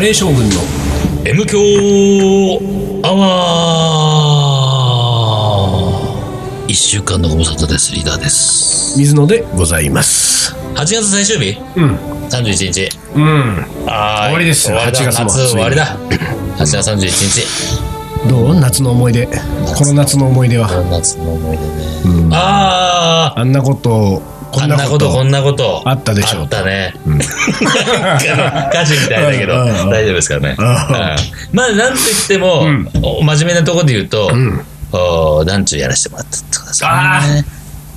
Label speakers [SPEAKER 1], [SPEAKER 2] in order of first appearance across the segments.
[SPEAKER 1] レー将軍の
[SPEAKER 2] M 強アワー一週間のご無沙汰ですリーダーです
[SPEAKER 1] 水野でございます。
[SPEAKER 2] 8月最終日
[SPEAKER 1] うん。
[SPEAKER 2] 31日
[SPEAKER 1] うん。
[SPEAKER 2] あー
[SPEAKER 1] 終わりです
[SPEAKER 2] 終わりだ
[SPEAKER 1] 8月も
[SPEAKER 2] 夏終わりだ8月31日
[SPEAKER 1] どう夏の思い出。この夏の思い出は。
[SPEAKER 2] 夏の思い出ね、
[SPEAKER 1] うん
[SPEAKER 2] ああ
[SPEAKER 1] あんなこと、こ
[SPEAKER 2] あ
[SPEAKER 1] ん
[SPEAKER 2] ん
[SPEAKER 1] な
[SPEAKER 2] な
[SPEAKER 1] こ
[SPEAKER 2] こと
[SPEAKER 1] と。
[SPEAKER 2] こんなこと
[SPEAKER 1] あったでしょう
[SPEAKER 2] あったね、
[SPEAKER 1] うん
[SPEAKER 2] なんか歌詞みたいだけど
[SPEAKER 1] うんうんうん
[SPEAKER 2] 大丈夫ですかね、
[SPEAKER 1] うん
[SPEAKER 2] うんまあなんと言っても、
[SPEAKER 1] うん
[SPEAKER 2] お真面目なところで言うと、
[SPEAKER 1] うん
[SPEAKER 2] お団中やらせてもらったってことですよね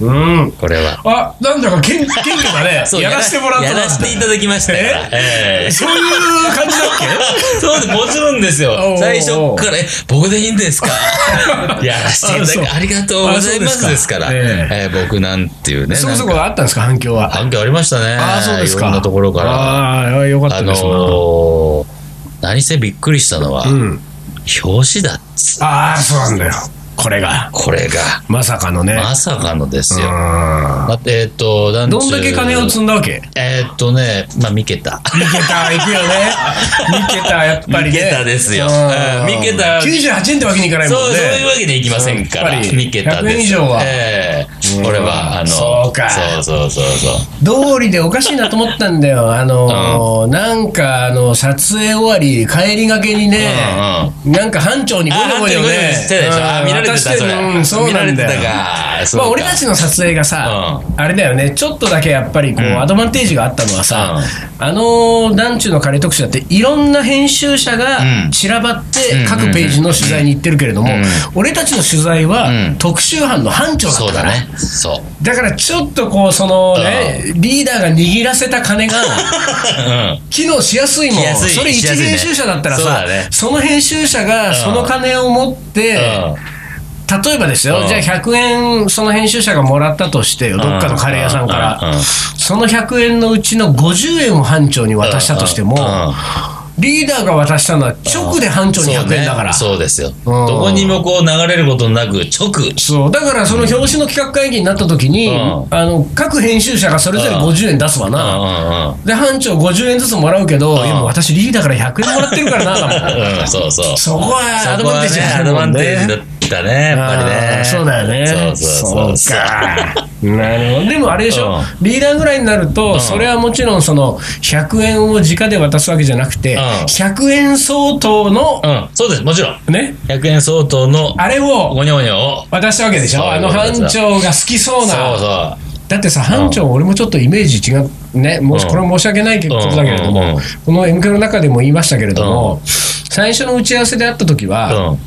[SPEAKER 1] うん。
[SPEAKER 2] これは
[SPEAKER 1] あ、なんだか 謙謙虚だねやらせてもらった
[SPEAKER 2] や
[SPEAKER 1] な
[SPEAKER 2] らせていただきましたからええ
[SPEAKER 1] そういう感じだっ
[SPEAKER 2] そうですもちろんですよ
[SPEAKER 1] おうおう
[SPEAKER 2] 最初からえ「僕でいいんですか? 」 やらせていただ
[SPEAKER 1] あ
[SPEAKER 2] き
[SPEAKER 1] そう
[SPEAKER 2] ありがとうございま
[SPEAKER 1] あそうですか
[SPEAKER 2] すですから、
[SPEAKER 1] え
[SPEAKER 2] ええ僕なんていうね
[SPEAKER 1] けそこそ
[SPEAKER 2] なん
[SPEAKER 1] こ
[SPEAKER 2] か
[SPEAKER 1] あったんですか反響は。
[SPEAKER 2] 反響ありましたね
[SPEAKER 1] ああ、そうですか。
[SPEAKER 2] いろんなところから
[SPEAKER 1] ああ、よかっ
[SPEAKER 2] あ
[SPEAKER 1] た
[SPEAKER 2] の
[SPEAKER 1] ですな。
[SPEAKER 2] ー、何せびっくりしたのは、
[SPEAKER 1] うん。
[SPEAKER 2] 表紙だっつ
[SPEAKER 1] ああ、そうなんだよ。これが。
[SPEAKER 2] これが
[SPEAKER 1] まさかのね。
[SPEAKER 2] まさかのですよ、
[SPEAKER 1] う
[SPEAKER 2] だってえっと
[SPEAKER 1] んどんだけ金を積
[SPEAKER 2] む
[SPEAKER 1] んだわけ
[SPEAKER 2] えっとねまあ見けた
[SPEAKER 1] ミケタ行くよね。 ミケタやっぱりね。
[SPEAKER 2] ミケタですよ
[SPEAKER 1] うん
[SPEAKER 2] ミケタ
[SPEAKER 1] 98円ってわけにいかないも
[SPEAKER 2] そ
[SPEAKER 1] ん
[SPEAKER 2] う、
[SPEAKER 1] ね。
[SPEAKER 2] そういうわけにいきませんから
[SPEAKER 1] やっぱり
[SPEAKER 2] 見けた
[SPEAKER 1] 100
[SPEAKER 2] で
[SPEAKER 1] 円以
[SPEAKER 2] す
[SPEAKER 1] 上は
[SPEAKER 2] ええ
[SPEAKER 1] うん
[SPEAKER 2] これはあの
[SPEAKER 1] そうか
[SPEAKER 2] そうそうそうそう
[SPEAKER 1] 道理でおかしいなと思ったんだよ。あのー、なんか、あの、撮影終わり、帰りがけにね、なんか班長にゴニョゴニョ
[SPEAKER 2] あ班長にゴニョゴニ
[SPEAKER 1] ね
[SPEAKER 2] ョしてたでしょ
[SPEAKER 1] うん
[SPEAKER 2] あ見られ
[SPEAKER 1] 渡
[SPEAKER 2] てた
[SPEAKER 1] して
[SPEAKER 2] それ
[SPEAKER 1] うん、そうなんだ
[SPEAKER 2] 見られ
[SPEAKER 1] よ
[SPEAKER 2] てたかそう
[SPEAKER 1] ま
[SPEAKER 2] か
[SPEAKER 1] あ、俺たちの撮影がさ、あれだよね、ちょっとだけやっぱりこう、
[SPEAKER 2] うん
[SPEAKER 1] アドバンテージがあったのはさ、あのー、団中の仮特集だって、いろんな編集者が
[SPEAKER 2] うん
[SPEAKER 1] 散らばって
[SPEAKER 2] うん、
[SPEAKER 1] 各ページの取材に行ってるけれども
[SPEAKER 2] うん、
[SPEAKER 1] 俺たちの取材は
[SPEAKER 2] うん、
[SPEAKER 1] 特集班の班長だっ
[SPEAKER 2] そう
[SPEAKER 1] たか
[SPEAKER 2] だ
[SPEAKER 1] ら。
[SPEAKER 2] ね そう
[SPEAKER 1] だからちょっとこうそのね、リーダーが握らせた金 が
[SPEAKER 2] うん
[SPEAKER 1] 機能しやすいもん
[SPEAKER 2] しやすい
[SPEAKER 1] それ一
[SPEAKER 2] しやすいね
[SPEAKER 1] 編集者だったら
[SPEAKER 2] そう
[SPEAKER 1] さ
[SPEAKER 2] だね
[SPEAKER 1] その編集者がその金を持って、
[SPEAKER 2] うん
[SPEAKER 1] 例えばですよ、
[SPEAKER 2] うん
[SPEAKER 1] じゃあ100円その編集者がもらったとしてよどっかのカレー屋さんから、
[SPEAKER 2] うんうんうん
[SPEAKER 1] その100円のうちの50円を班長に渡したとしても、
[SPEAKER 2] うんうん
[SPEAKER 1] リーダーが渡したのは直で班長に100円だから。
[SPEAKER 2] そう,、です
[SPEAKER 1] う
[SPEAKER 2] よ、
[SPEAKER 1] ん
[SPEAKER 2] どこにもこう流れることなく直
[SPEAKER 1] そうだからその表紙の企画会議になった時に、
[SPEAKER 2] うん
[SPEAKER 1] あの各編集者がそれぞれ50円出すわな、
[SPEAKER 2] うんうん
[SPEAKER 1] で、班長50円ずつもらうけど、
[SPEAKER 2] ん
[SPEAKER 1] いやもう私リーダーから100円もらってるからな、だもん
[SPEAKER 2] うん、そう そう。
[SPEAKER 1] そこはアドバンテージ
[SPEAKER 2] そこ
[SPEAKER 1] あ
[SPEAKER 2] はねア
[SPEAKER 1] る
[SPEAKER 2] ド
[SPEAKER 1] も
[SPEAKER 2] バ
[SPEAKER 1] ん
[SPEAKER 2] ン
[SPEAKER 1] ね
[SPEAKER 2] テージだったね、やっぱり
[SPEAKER 1] あー
[SPEAKER 2] ね。
[SPEAKER 1] そうだよね。
[SPEAKER 2] そうそうそう。
[SPEAKER 1] か。なるほど。でもあれでしょ、
[SPEAKER 2] う
[SPEAKER 1] リーダーぐらいになると、
[SPEAKER 2] ん
[SPEAKER 1] それはもちろんその、100円を直で渡すわけじゃなくて、
[SPEAKER 2] ん
[SPEAKER 1] 100円相当の
[SPEAKER 2] う、ん、そうです、もちろん。
[SPEAKER 1] ね、
[SPEAKER 2] 100円相当の
[SPEAKER 1] あれを
[SPEAKER 2] ごにょごにょを。
[SPEAKER 1] 渡したわけでし
[SPEAKER 2] そ
[SPEAKER 1] ょ
[SPEAKER 2] う
[SPEAKER 1] あ
[SPEAKER 2] いう
[SPEAKER 1] の
[SPEAKER 2] こと
[SPEAKER 1] 班
[SPEAKER 2] です
[SPEAKER 1] 長が好きそう
[SPEAKER 2] そう
[SPEAKER 1] な。
[SPEAKER 2] そ
[SPEAKER 1] だってさ、班長、俺もちょっとイメージ違う、ね、もし
[SPEAKER 2] うん
[SPEAKER 1] これは申し訳ないことだけれども、
[SPEAKER 2] うんうんうん
[SPEAKER 1] この M 響の中でも言いましたけれども、最初の打ち合わせであった時
[SPEAKER 2] う。
[SPEAKER 1] は、
[SPEAKER 2] うん。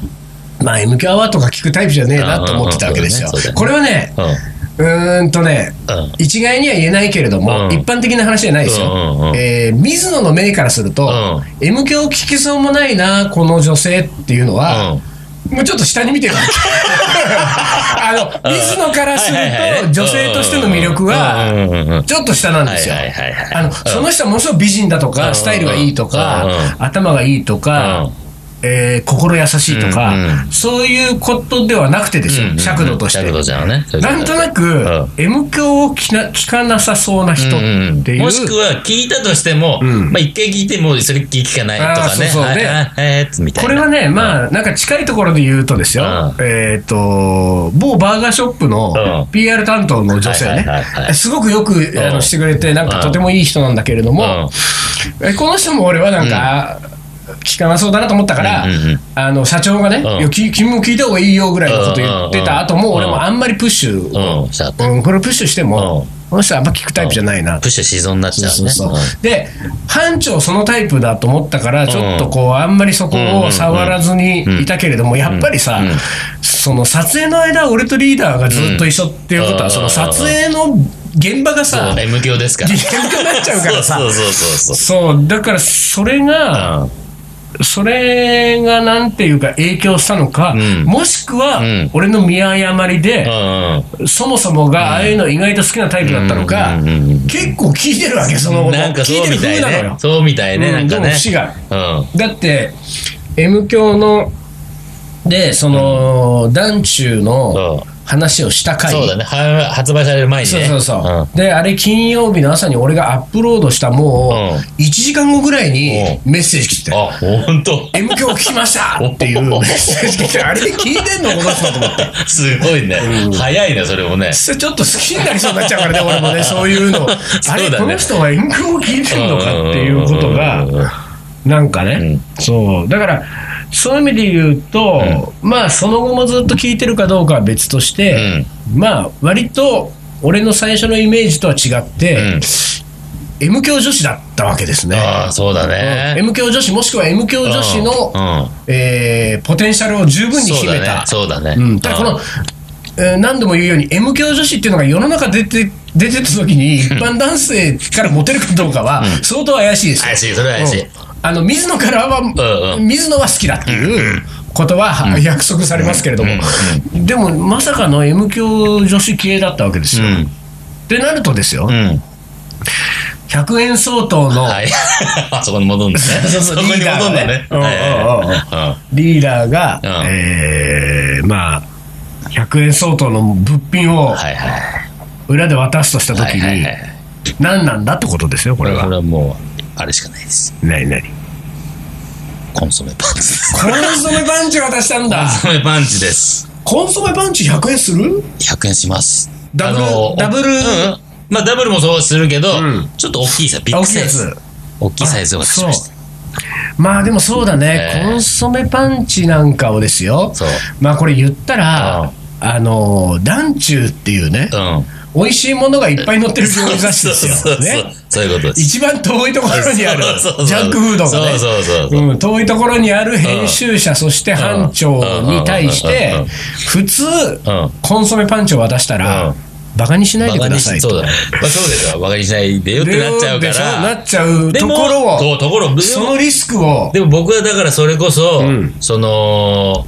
[SPEAKER 1] まあ、M 響アワーとか聞くタイプじゃねえなと思ってたわけですよ。
[SPEAKER 2] うんうんうんそうだね
[SPEAKER 1] これはね、
[SPEAKER 2] うん。
[SPEAKER 1] うーんとね、
[SPEAKER 2] うん。
[SPEAKER 1] 一概には言えないけれども、
[SPEAKER 2] うん
[SPEAKER 1] 一般的な話じゃないですよ。
[SPEAKER 2] うんうんうん
[SPEAKER 1] えー水野の目からすると、M 響聞きそうもないな、この女性っていうのは、
[SPEAKER 2] うん。
[SPEAKER 1] もうちょっと下に見てるわ けあの、水野からする
[SPEAKER 2] はいはいはい
[SPEAKER 1] と、女性としての魅力は
[SPEAKER 2] う、んうんうんうん
[SPEAKER 1] ちょっと下なんですよ。
[SPEAKER 2] はいはいはいはい
[SPEAKER 1] あの、その人はものすごい美人だと
[SPEAKER 2] う
[SPEAKER 1] か、
[SPEAKER 2] ん
[SPEAKER 1] スタイルがいいとか、
[SPEAKER 2] うん
[SPEAKER 1] 頭がいいとか、
[SPEAKER 2] うん
[SPEAKER 1] えー心優しいとか、
[SPEAKER 2] うんう
[SPEAKER 1] そういうことではなくてですよ、
[SPEAKER 2] うん
[SPEAKER 1] 尺度として。
[SPEAKER 2] 尺度じゃんね。
[SPEAKER 1] なんとなく、M 響を聞な聞かなさそうな人って
[SPEAKER 2] うんうん
[SPEAKER 1] いう。
[SPEAKER 2] もしくは聞いたとしても、
[SPEAKER 1] うん
[SPEAKER 2] まあ一回聞いてもそれっきり聞かないと
[SPEAKER 1] あー
[SPEAKER 2] か
[SPEAKER 1] そう
[SPEAKER 2] ね。
[SPEAKER 1] そうね
[SPEAKER 2] はいはいはいみたい
[SPEAKER 1] こ
[SPEAKER 2] な
[SPEAKER 1] れはね、まあ、なんか近いところで言うとですよ、
[SPEAKER 2] う
[SPEAKER 1] えっ、と、某バーガーショップの
[SPEAKER 2] うん
[SPEAKER 1] PR 担当の女性
[SPEAKER 2] はい
[SPEAKER 1] ね
[SPEAKER 2] はいはいは、い
[SPEAKER 1] すごくよくあ
[SPEAKER 2] う
[SPEAKER 1] の
[SPEAKER 2] ん
[SPEAKER 1] してくれて、なんかとてもいい人なんだけれども、えこの人も俺はなんか、聞かなそうだなと思ったから、
[SPEAKER 2] うんうんうん
[SPEAKER 1] あの社長がね、
[SPEAKER 2] うん
[SPEAKER 1] いやき君も聞いた方がいいよぐらいのこと言ってた後
[SPEAKER 2] うんうん
[SPEAKER 1] も、
[SPEAKER 2] うん
[SPEAKER 1] 俺もあんまりプッシュ、
[SPEAKER 2] うん、うん、しちゃった。
[SPEAKER 1] うんこれプッシュしても
[SPEAKER 2] うん、
[SPEAKER 1] この人はあんま聞くタイプじゃないな
[SPEAKER 2] プッシュしそうになっちゃう
[SPEAKER 1] そう
[SPEAKER 2] ね。
[SPEAKER 1] そう
[SPEAKER 2] うん
[SPEAKER 1] そうで班長そのタイプだと思ったからちょっとこうあんまりそこを触らずにいたけれどもやっぱりさ
[SPEAKER 2] うんうん
[SPEAKER 1] その撮影の間俺とリーダーがずっと一緒っていうこと
[SPEAKER 2] う
[SPEAKER 1] は
[SPEAKER 2] ん
[SPEAKER 1] その撮影の現場がさ
[SPEAKER 2] そう、M 響ですから。
[SPEAKER 1] 激変になっちゃうからさ
[SPEAKER 2] そうそうそうそう。
[SPEAKER 1] そうだからそれがそれがなんていうか影響したのか
[SPEAKER 2] うん
[SPEAKER 1] もしくは
[SPEAKER 2] うん
[SPEAKER 1] 俺の見誤りで
[SPEAKER 2] うんうん
[SPEAKER 1] そもそもがああいうの意外と好きなタイプだったのか
[SPEAKER 2] うんうんうんうん
[SPEAKER 1] 結構聞いてるわけその
[SPEAKER 2] う
[SPEAKER 1] 後
[SPEAKER 2] ん。なんか
[SPEAKER 1] 聞い
[SPEAKER 2] そ
[SPEAKER 1] て
[SPEAKER 2] う
[SPEAKER 1] る
[SPEAKER 2] みた
[SPEAKER 1] 風
[SPEAKER 2] い
[SPEAKER 1] なの
[SPEAKER 2] ね
[SPEAKER 1] よ。。
[SPEAKER 2] そうみたいね、
[SPEAKER 1] うん
[SPEAKER 2] なんか
[SPEAKER 1] でも
[SPEAKER 2] ね。
[SPEAKER 1] 節が
[SPEAKER 2] うん。
[SPEAKER 1] だって M 教のでその、団中の
[SPEAKER 2] う
[SPEAKER 1] 話をした回
[SPEAKER 2] そうだねは発売される前に
[SPEAKER 1] そう
[SPEAKER 2] ね
[SPEAKER 1] そうそう、であれ金曜日の朝に俺がアップロードしたも
[SPEAKER 2] うん
[SPEAKER 1] う1時間後ぐらいにメッセージ来て
[SPEAKER 2] うん、あ本当
[SPEAKER 1] 「M 響聞きました!」っていうメッセージ来てあれ聞いてんのこの人と思って。
[SPEAKER 2] すごいね、早いねそれもね
[SPEAKER 1] ちょっと好きになりそうになっちゃうからね、俺もね、そういうの、あれ、
[SPEAKER 2] そうだね
[SPEAKER 1] この人は遠慮を聞いてるのかっていうこと
[SPEAKER 2] うんうんうんうん
[SPEAKER 1] が、なんかね、そう、だから、そういう意味で言うと、まあ、その後もずっと聞いてるかどうかは別として、まあ、割と、俺の最初のイメージとは違って、M 教女子だったわけですね。
[SPEAKER 2] ああそうだね、
[SPEAKER 1] M 教女子、もしくは M 教女子の、
[SPEAKER 2] うんうん
[SPEAKER 1] えーポテンシャルを十分に秘
[SPEAKER 2] そうだ
[SPEAKER 1] め
[SPEAKER 2] ね
[SPEAKER 1] た。
[SPEAKER 2] そうだね、
[SPEAKER 1] うん、ただこの、えー何度も言うように M 教女子っていうのが世の中出て出てた時 に一般男性からモテるかどうかは相当怪しいですよ
[SPEAKER 2] 怪しいそれは怪しい、
[SPEAKER 1] うんあの水野からは、
[SPEAKER 2] うん
[SPEAKER 1] 水野は好きだっていうことは約束されますけれども、でもまさかの M 教女子系だったわけですよ。
[SPEAKER 2] うん
[SPEAKER 1] ってなるとですよ、
[SPEAKER 2] うん
[SPEAKER 1] 100円相当の
[SPEAKER 2] はい あそこに戻んだね
[SPEAKER 1] そうそう
[SPEAKER 2] こに
[SPEAKER 1] リーダー
[SPEAKER 2] 戻んだね
[SPEAKER 1] うん
[SPEAKER 2] はいはいはい
[SPEAKER 1] リーダーが、
[SPEAKER 2] うん
[SPEAKER 1] えーまあ100円相当の物品を
[SPEAKER 2] はいはい
[SPEAKER 1] 裏で渡すとした時
[SPEAKER 2] はいはい
[SPEAKER 1] に
[SPEAKER 2] はいはい
[SPEAKER 1] 何なんだってことですよこ
[SPEAKER 2] こ
[SPEAKER 1] れ
[SPEAKER 2] れ
[SPEAKER 1] は。
[SPEAKER 2] はもうあれしかないです
[SPEAKER 1] 何何
[SPEAKER 2] コンソメパ ンチです
[SPEAKER 1] コンソメパンチ渡したんだ
[SPEAKER 2] コンソメパンチです
[SPEAKER 1] コンソメパンチ100円する
[SPEAKER 2] 100円します
[SPEAKER 1] ダブル
[SPEAKER 2] あの
[SPEAKER 1] ダブル
[SPEAKER 2] うんうんまあダブルもそうするけど、
[SPEAKER 1] うん
[SPEAKER 2] ちょっと大きいさビッグサイズ大きいサイズを渡しました
[SPEAKER 1] まあでもそうだね、
[SPEAKER 2] ええ
[SPEAKER 1] コンソメパンチなんかをですよ
[SPEAKER 2] そう
[SPEAKER 1] まあこれ言った
[SPEAKER 2] う
[SPEAKER 1] ら
[SPEAKER 2] ん
[SPEAKER 1] あの団中っていうね
[SPEAKER 2] うん
[SPEAKER 1] 美味しいものがいっぱい載ってる餃子誌
[SPEAKER 2] そう
[SPEAKER 1] です
[SPEAKER 2] そうそう
[SPEAKER 1] よ、ね
[SPEAKER 2] そうそういうことです
[SPEAKER 1] 一番遠いところにある
[SPEAKER 2] そうそうそう
[SPEAKER 1] ジャンクフードがね
[SPEAKER 2] そうそうそうそう
[SPEAKER 1] うん遠いところにある編集者、そして班長に対し
[SPEAKER 2] うんうん
[SPEAKER 1] て
[SPEAKER 2] うん
[SPEAKER 1] 普通、
[SPEAKER 2] ん
[SPEAKER 1] コンソメパンチを渡したら、
[SPEAKER 2] うん
[SPEAKER 1] バカにしないでく
[SPEAKER 2] バカ
[SPEAKER 1] だ
[SPEAKER 2] に
[SPEAKER 1] さ
[SPEAKER 2] し
[SPEAKER 1] い
[SPEAKER 2] そう
[SPEAKER 1] ね
[SPEAKER 2] だ、ね、まあ、そうですよバカにしないでよってなっちゃうか
[SPEAKER 1] でそう
[SPEAKER 2] ら
[SPEAKER 1] なっちゃう
[SPEAKER 2] で
[SPEAKER 1] と
[SPEAKER 2] も
[SPEAKER 1] ころを
[SPEAKER 2] そうところ
[SPEAKER 1] そのリスクを
[SPEAKER 2] でも僕はだからそれこそ、
[SPEAKER 1] ん
[SPEAKER 2] その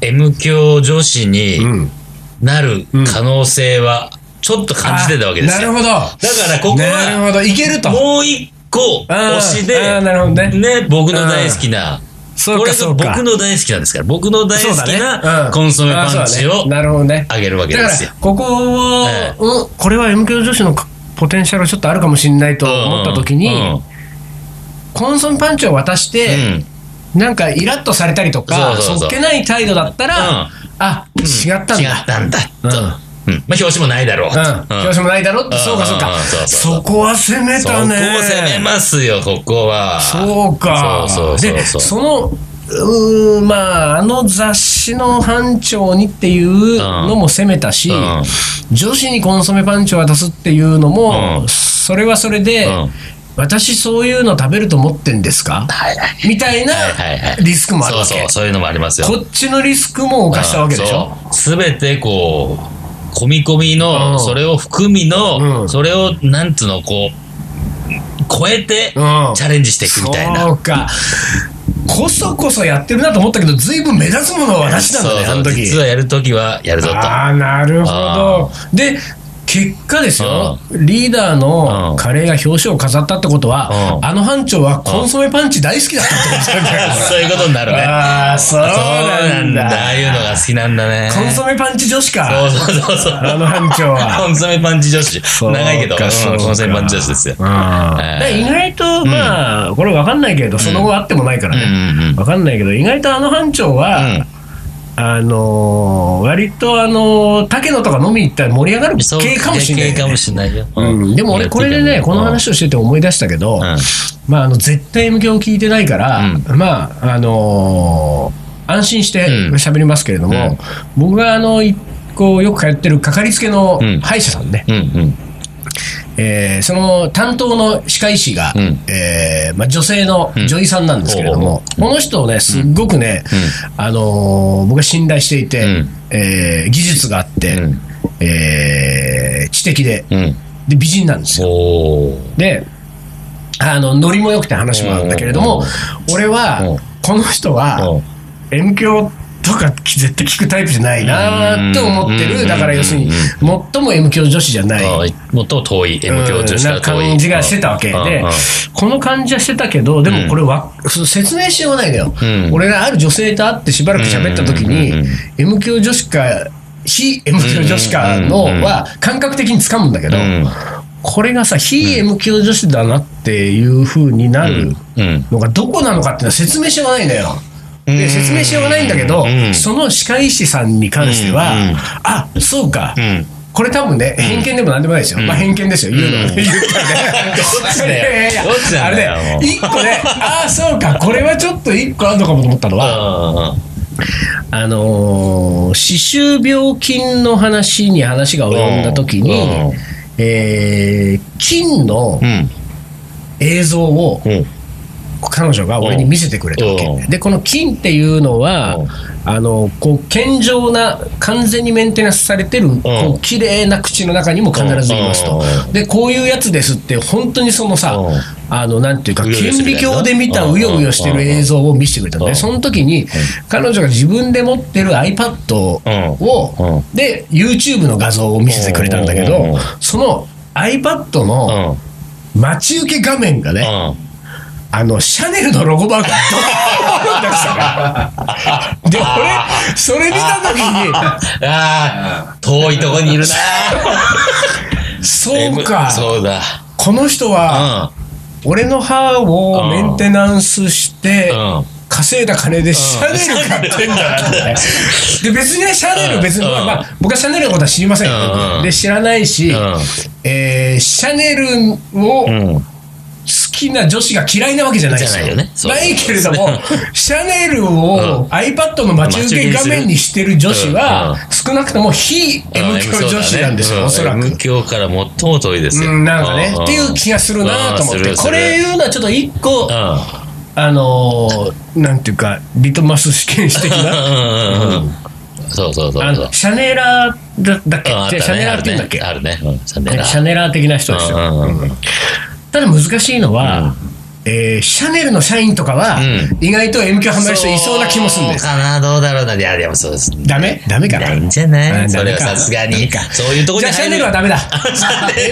[SPEAKER 2] M 教女子に
[SPEAKER 1] ん
[SPEAKER 2] なる可能性はちょっと感じてたわけですよ、
[SPEAKER 1] あなるほど
[SPEAKER 2] だからここ
[SPEAKER 1] なる
[SPEAKER 2] は
[SPEAKER 1] ほどいけると
[SPEAKER 2] もう一個推しで
[SPEAKER 1] あーあーなるほどね
[SPEAKER 2] 僕の大好きな
[SPEAKER 1] そう
[SPEAKER 2] これ
[SPEAKER 1] か
[SPEAKER 2] が
[SPEAKER 1] そうか
[SPEAKER 2] 僕の大好きなんですから僕の大
[SPEAKER 1] そう
[SPEAKER 2] 好
[SPEAKER 1] だ
[SPEAKER 2] き
[SPEAKER 1] ねう
[SPEAKER 2] なんコンソメパンチ
[SPEAKER 1] あそう
[SPEAKER 2] を
[SPEAKER 1] だねなるほどね
[SPEAKER 2] あげるわけですよ
[SPEAKER 1] だからここを、
[SPEAKER 2] ええ
[SPEAKER 1] うんこれは M 教女子のポテンシャルがちょっとあるかもしれないと思った時に、
[SPEAKER 2] うんうん
[SPEAKER 1] コンソメパンチを渡して、なんかイラッとされたりとか
[SPEAKER 2] そうそうそう
[SPEAKER 1] そっけない態度だったら、
[SPEAKER 2] うん
[SPEAKER 1] あ違ったん
[SPEAKER 2] 違
[SPEAKER 1] だ
[SPEAKER 2] っ、たんだ
[SPEAKER 1] うん
[SPEAKER 2] と、うんまあ表紙もないだろうと、
[SPEAKER 1] うん、表紙もないだろって、
[SPEAKER 2] うん
[SPEAKER 1] そうかそうか、
[SPEAKER 2] うんそうそうそう
[SPEAKER 1] そこは攻め
[SPEAKER 2] そ
[SPEAKER 1] た
[SPEAKER 2] こ
[SPEAKER 1] ね
[SPEAKER 2] 攻めますよここは
[SPEAKER 1] そうか
[SPEAKER 2] そうそうそう
[SPEAKER 1] で
[SPEAKER 2] そう
[SPEAKER 1] そのうーんまああの雑誌の班長にっていうのも攻めたし、
[SPEAKER 2] うん
[SPEAKER 1] 女子にコンソメパンチを渡すっていうのも、
[SPEAKER 2] うん
[SPEAKER 1] それはそれで、
[SPEAKER 2] うん
[SPEAKER 1] 私そういうの食べると思ってんですか、
[SPEAKER 2] はいはい
[SPEAKER 1] みたいな
[SPEAKER 2] はいはいはい
[SPEAKER 1] リスクもあるわけ、
[SPEAKER 2] そうそうそういうのもありますよ
[SPEAKER 1] こっちのリスクも犯したわけでしょ、
[SPEAKER 2] すべてこう込み込み
[SPEAKER 1] う
[SPEAKER 2] の
[SPEAKER 1] ん
[SPEAKER 2] それを含みの、
[SPEAKER 1] うん
[SPEAKER 2] それをなんつうのこう超えて
[SPEAKER 1] うん
[SPEAKER 2] チャレンジしていくみたいな、
[SPEAKER 1] そうかこそこそやってるなと思ったけどずいぶん目立つものは私なんだね
[SPEAKER 2] そう
[SPEAKER 1] あ
[SPEAKER 2] そ
[SPEAKER 1] の
[SPEAKER 2] う
[SPEAKER 1] 時
[SPEAKER 2] 実はやるときはやるぞと
[SPEAKER 1] ああなるほ
[SPEAKER 2] あ
[SPEAKER 1] どで結果ですよリーダー
[SPEAKER 2] うん
[SPEAKER 1] のカレーが表紙を飾ったってことは
[SPEAKER 2] うん
[SPEAKER 1] あの班長はコンソメパンチ大好きだったってことじゃない
[SPEAKER 2] そういうことになるね
[SPEAKER 1] ああそう
[SPEAKER 2] そうなんだああいうのが好きなんだね
[SPEAKER 1] コンソメパンチ女子
[SPEAKER 2] そ
[SPEAKER 1] か
[SPEAKER 2] うそうそうそう
[SPEAKER 1] あの班長は
[SPEAKER 2] コンソメパンチ女子
[SPEAKER 1] うか
[SPEAKER 2] 長いけど、
[SPEAKER 1] そう
[SPEAKER 2] うん
[SPEAKER 1] か
[SPEAKER 2] コンソメパンチ女子ですよ、
[SPEAKER 1] うんだから意外とまあこれ分かんないけどその後あってもないから
[SPEAKER 2] うんうんう
[SPEAKER 1] ね
[SPEAKER 2] ん
[SPEAKER 1] 分かんないけど意外とあの班長はあのー割とあのー竹野とか飲みに行ったら盛り上がる
[SPEAKER 2] そう
[SPEAKER 1] 系かもしれないね、
[SPEAKER 2] 系かもしれないよ、
[SPEAKER 1] うん、でも俺これでねこの話をしてて思い出したけど、
[SPEAKER 2] ん
[SPEAKER 1] まあ、あの絶対 M 響を聞いてないから、まああのー安心して
[SPEAKER 2] うん
[SPEAKER 1] 喋りますけれども、
[SPEAKER 2] うん
[SPEAKER 1] 僕があのいこうよく通ってるかかりつけの
[SPEAKER 2] うん
[SPEAKER 1] 歯医者さんね、
[SPEAKER 2] うんうん
[SPEAKER 1] えーその担当の歯科医師が、
[SPEAKER 2] うん
[SPEAKER 1] えーまあ、女性の
[SPEAKER 2] うん
[SPEAKER 1] 女医さんなんですけれども、この人をねすっごくね、あのー僕は信頼していて、
[SPEAKER 2] うん
[SPEAKER 1] えー技術があって、
[SPEAKER 2] うん
[SPEAKER 1] えー知的で
[SPEAKER 2] うん
[SPEAKER 1] で美人なんですよ。
[SPEAKER 2] おー
[SPEAKER 1] であのノリも良くて話もあるんだけれど
[SPEAKER 2] うん
[SPEAKER 1] も
[SPEAKER 2] うん
[SPEAKER 1] 俺
[SPEAKER 2] うん
[SPEAKER 1] はこの人は
[SPEAKER 2] うん
[SPEAKER 1] M 響とか絶対聞くタイプじゃないなと思って
[SPEAKER 2] うん
[SPEAKER 1] る。だから要するに、
[SPEAKER 2] うん
[SPEAKER 1] 最も M 教女子じゃない。
[SPEAKER 2] あーもっと遠い M 教女子
[SPEAKER 1] な
[SPEAKER 2] が遠い
[SPEAKER 1] 感じがしてたわけ
[SPEAKER 2] うん
[SPEAKER 1] で
[SPEAKER 2] うん、
[SPEAKER 1] この感じはしてたけど、でもこれわ、その説明しようがないのよ、
[SPEAKER 2] うん
[SPEAKER 1] 俺がある女性と会ってしばらく喋った時に、
[SPEAKER 2] うんうんうん
[SPEAKER 1] M 教女子か、非 M 教女子かの
[SPEAKER 2] うんうんうん
[SPEAKER 1] は感覚的に掴むんだけど、
[SPEAKER 2] うん
[SPEAKER 1] これがさ、非 M 教女子だなっていう風になる
[SPEAKER 2] うん
[SPEAKER 1] のがどこなのかっていうのは説明しようがないんだよ。
[SPEAKER 2] う
[SPEAKER 1] で
[SPEAKER 2] ん
[SPEAKER 1] 説明しようがないんだけど、
[SPEAKER 2] うん
[SPEAKER 1] その歯科医師さんに関しては、
[SPEAKER 2] うんうん
[SPEAKER 1] あそうか、
[SPEAKER 2] うん
[SPEAKER 1] これ多分ね、偏見でもなんでもないですよ。まあ偏見ですよ、言うのはね。言ったらね。
[SPEAKER 2] どっちだよ
[SPEAKER 1] いやいやいや
[SPEAKER 2] どっちなんだよ
[SPEAKER 1] あれね
[SPEAKER 2] もう
[SPEAKER 1] 一個ね、ああ、そうか、これはちょっと一個あるのかもと思ったのは、
[SPEAKER 2] あ
[SPEAKER 1] あのー、歯周病菌の話に話が及んだ時に、
[SPEAKER 2] うんうん
[SPEAKER 1] えー菌の
[SPEAKER 2] ーうん
[SPEAKER 1] 映像を
[SPEAKER 2] うん
[SPEAKER 1] 彼女が俺に見せてくれたわけ、
[SPEAKER 2] うん
[SPEAKER 1] でこの菌っていうのは、
[SPEAKER 2] うん
[SPEAKER 1] あのこう健常な完全にメンテナンスされてる、こう綺麗な口の中にも必ずいますと、
[SPEAKER 2] う
[SPEAKER 1] でこういうやつですって本当にそのさ、
[SPEAKER 2] うん
[SPEAKER 1] あのなんていうか
[SPEAKER 2] うようよ
[SPEAKER 1] 顕
[SPEAKER 2] してる
[SPEAKER 1] 微
[SPEAKER 2] やつな
[SPEAKER 1] 鏡で見たうようよしてる映像を見せてくれたの
[SPEAKER 2] う
[SPEAKER 1] で
[SPEAKER 2] ん
[SPEAKER 1] その時に彼女が自分で持ってる iPad
[SPEAKER 2] うんう
[SPEAKER 1] を
[SPEAKER 2] ん
[SPEAKER 1] で YouTube の画像を見せてくれたんだけ
[SPEAKER 2] うん
[SPEAKER 1] どその iPad
[SPEAKER 2] う
[SPEAKER 1] の
[SPEAKER 2] ん
[SPEAKER 1] 待ち受け画面がね、
[SPEAKER 2] うん
[SPEAKER 1] あの、シャネルのロゴマークがドーン出したから。 で、俺、それ見たときに、
[SPEAKER 2] ああ遠いとこにいるな
[SPEAKER 1] そうか
[SPEAKER 2] M、そうだ
[SPEAKER 1] この人は、俺の歯をメンテナンスして
[SPEAKER 2] うん、
[SPEAKER 1] 稼いだ金でシャネル買ってんだってね。で、別にね、シャネ
[SPEAKER 2] う
[SPEAKER 1] ル、
[SPEAKER 2] ん
[SPEAKER 1] 別に、まあまあ、僕はシャネルのことは知りません
[SPEAKER 2] うんう
[SPEAKER 1] よ。
[SPEAKER 2] ん
[SPEAKER 1] で、知らないし
[SPEAKER 2] うん、
[SPEAKER 1] えーシャネルを
[SPEAKER 2] う、んうん
[SPEAKER 1] 好きな女子が嫌いなわけじゃないです
[SPEAKER 2] じゃ
[SPEAKER 1] よ。
[SPEAKER 2] ないよねそう
[SPEAKER 1] ないけれども、シャネルを iPad の待ち受け画面にしてる女子は、少なくとも非 M 教女子なんですよ、おそらく。
[SPEAKER 2] M 教から最も遠いですよ。
[SPEAKER 1] うん、なんかね、っていう気がするなと思って、これ言うのはちょっと一個、
[SPEAKER 2] うんうん
[SPEAKER 1] あのーなんていうか、リトマス試験紙的な。
[SPEAKER 2] うんうん。そうそうそう
[SPEAKER 1] あ
[SPEAKER 2] そう
[SPEAKER 1] の。シャネラーだだっけ、
[SPEAKER 2] うんあった
[SPEAKER 1] じゃ
[SPEAKER 2] ね
[SPEAKER 1] あシャネラーって言うんだっけ、
[SPEAKER 2] あるね。あるねうんシャネラ
[SPEAKER 1] シャネラー的な人ですよ、
[SPEAKER 2] うんうんうん
[SPEAKER 1] ただ難しいのは、えーシャネルの社員とかは、
[SPEAKER 2] う
[SPEAKER 1] 意外と M 響ハマる人いそうな気もするんです
[SPEAKER 2] そうかな、どうだろうな。いや、でもそうです。
[SPEAKER 1] ダメダメか
[SPEAKER 2] な
[SPEAKER 1] ない
[SPEAKER 2] んじゃ
[SPEAKER 1] あ
[SPEAKER 2] ない
[SPEAKER 1] ー
[SPEAKER 2] そ
[SPEAKER 1] ダメ
[SPEAKER 2] れは
[SPEAKER 1] か
[SPEAKER 2] さすが
[SPEAKER 1] ダメ
[SPEAKER 2] に
[SPEAKER 1] か。
[SPEAKER 2] そういうとこ
[SPEAKER 1] じゃあシャネルはダメだ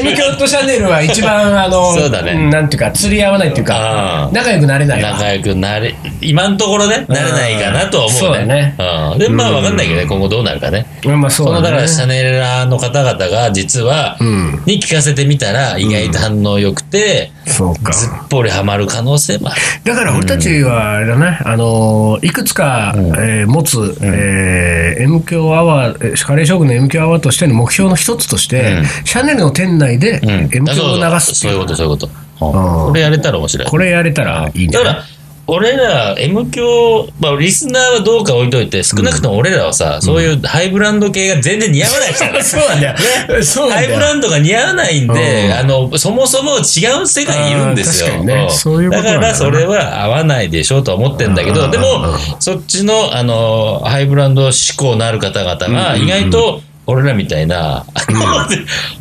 [SPEAKER 1] M 響とシャネルは一番あの
[SPEAKER 2] そうだね
[SPEAKER 1] んなんていうか釣り合わないっていう
[SPEAKER 2] う
[SPEAKER 1] か
[SPEAKER 2] ん
[SPEAKER 1] 仲良くなれないわ
[SPEAKER 2] 仲良くなれ、今のところね、なれないかなとは思う
[SPEAKER 1] うん
[SPEAKER 2] ね。
[SPEAKER 1] そうだね
[SPEAKER 2] うん。で、まあ、わかんないけどね、今後どうなるかね。
[SPEAKER 1] うんまあそう
[SPEAKER 2] その
[SPEAKER 1] だ
[SPEAKER 2] だから
[SPEAKER 1] ね
[SPEAKER 2] シャネラーの方々が実は、
[SPEAKER 1] ん
[SPEAKER 2] に聞かせてみたら意外と反応良くて、
[SPEAKER 1] そうか
[SPEAKER 2] ずっぽりハマる可能性もある。
[SPEAKER 1] だから俺たちはあれだね、あのいくつか、えー持つ、えー M 響アワーえー、カレー将軍の M 響アワーとしての目標の一つとして、
[SPEAKER 2] うん
[SPEAKER 1] シャネルの店内で
[SPEAKER 2] うん
[SPEAKER 1] M 響
[SPEAKER 2] あそ
[SPEAKER 1] を
[SPEAKER 2] うそう
[SPEAKER 1] 流すって
[SPEAKER 2] そうい
[SPEAKER 1] いうう、
[SPEAKER 2] こと、そういうこと。
[SPEAKER 1] うん
[SPEAKER 2] これやれたら面白い。
[SPEAKER 1] これやれたらいいんじ
[SPEAKER 2] だ
[SPEAKER 1] ゃ
[SPEAKER 2] か
[SPEAKER 1] ない
[SPEAKER 2] ら、俺ら、M 教、まあ、リスナーはどうか置いといて、少なくとも俺らはさ、そういうハイブランド系が全然似合わないから。
[SPEAKER 1] そうなんだよ。そうな
[SPEAKER 2] ハ
[SPEAKER 1] ん
[SPEAKER 2] イブ
[SPEAKER 1] だよ。
[SPEAKER 2] ランドが似合わないんで、
[SPEAKER 1] うん
[SPEAKER 2] あの、そもそも違う世界にいるんですよ。
[SPEAKER 1] あー確かにね
[SPEAKER 2] ん
[SPEAKER 1] そういうことなんだ
[SPEAKER 2] だ
[SPEAKER 1] よな
[SPEAKER 2] から、それは合わないでしょうとは思ってんだけど、
[SPEAKER 1] うん
[SPEAKER 2] で
[SPEAKER 1] うん
[SPEAKER 2] も、そっちの、あの、ハイブランド志向のある方々が、意外と、俺らみたいな、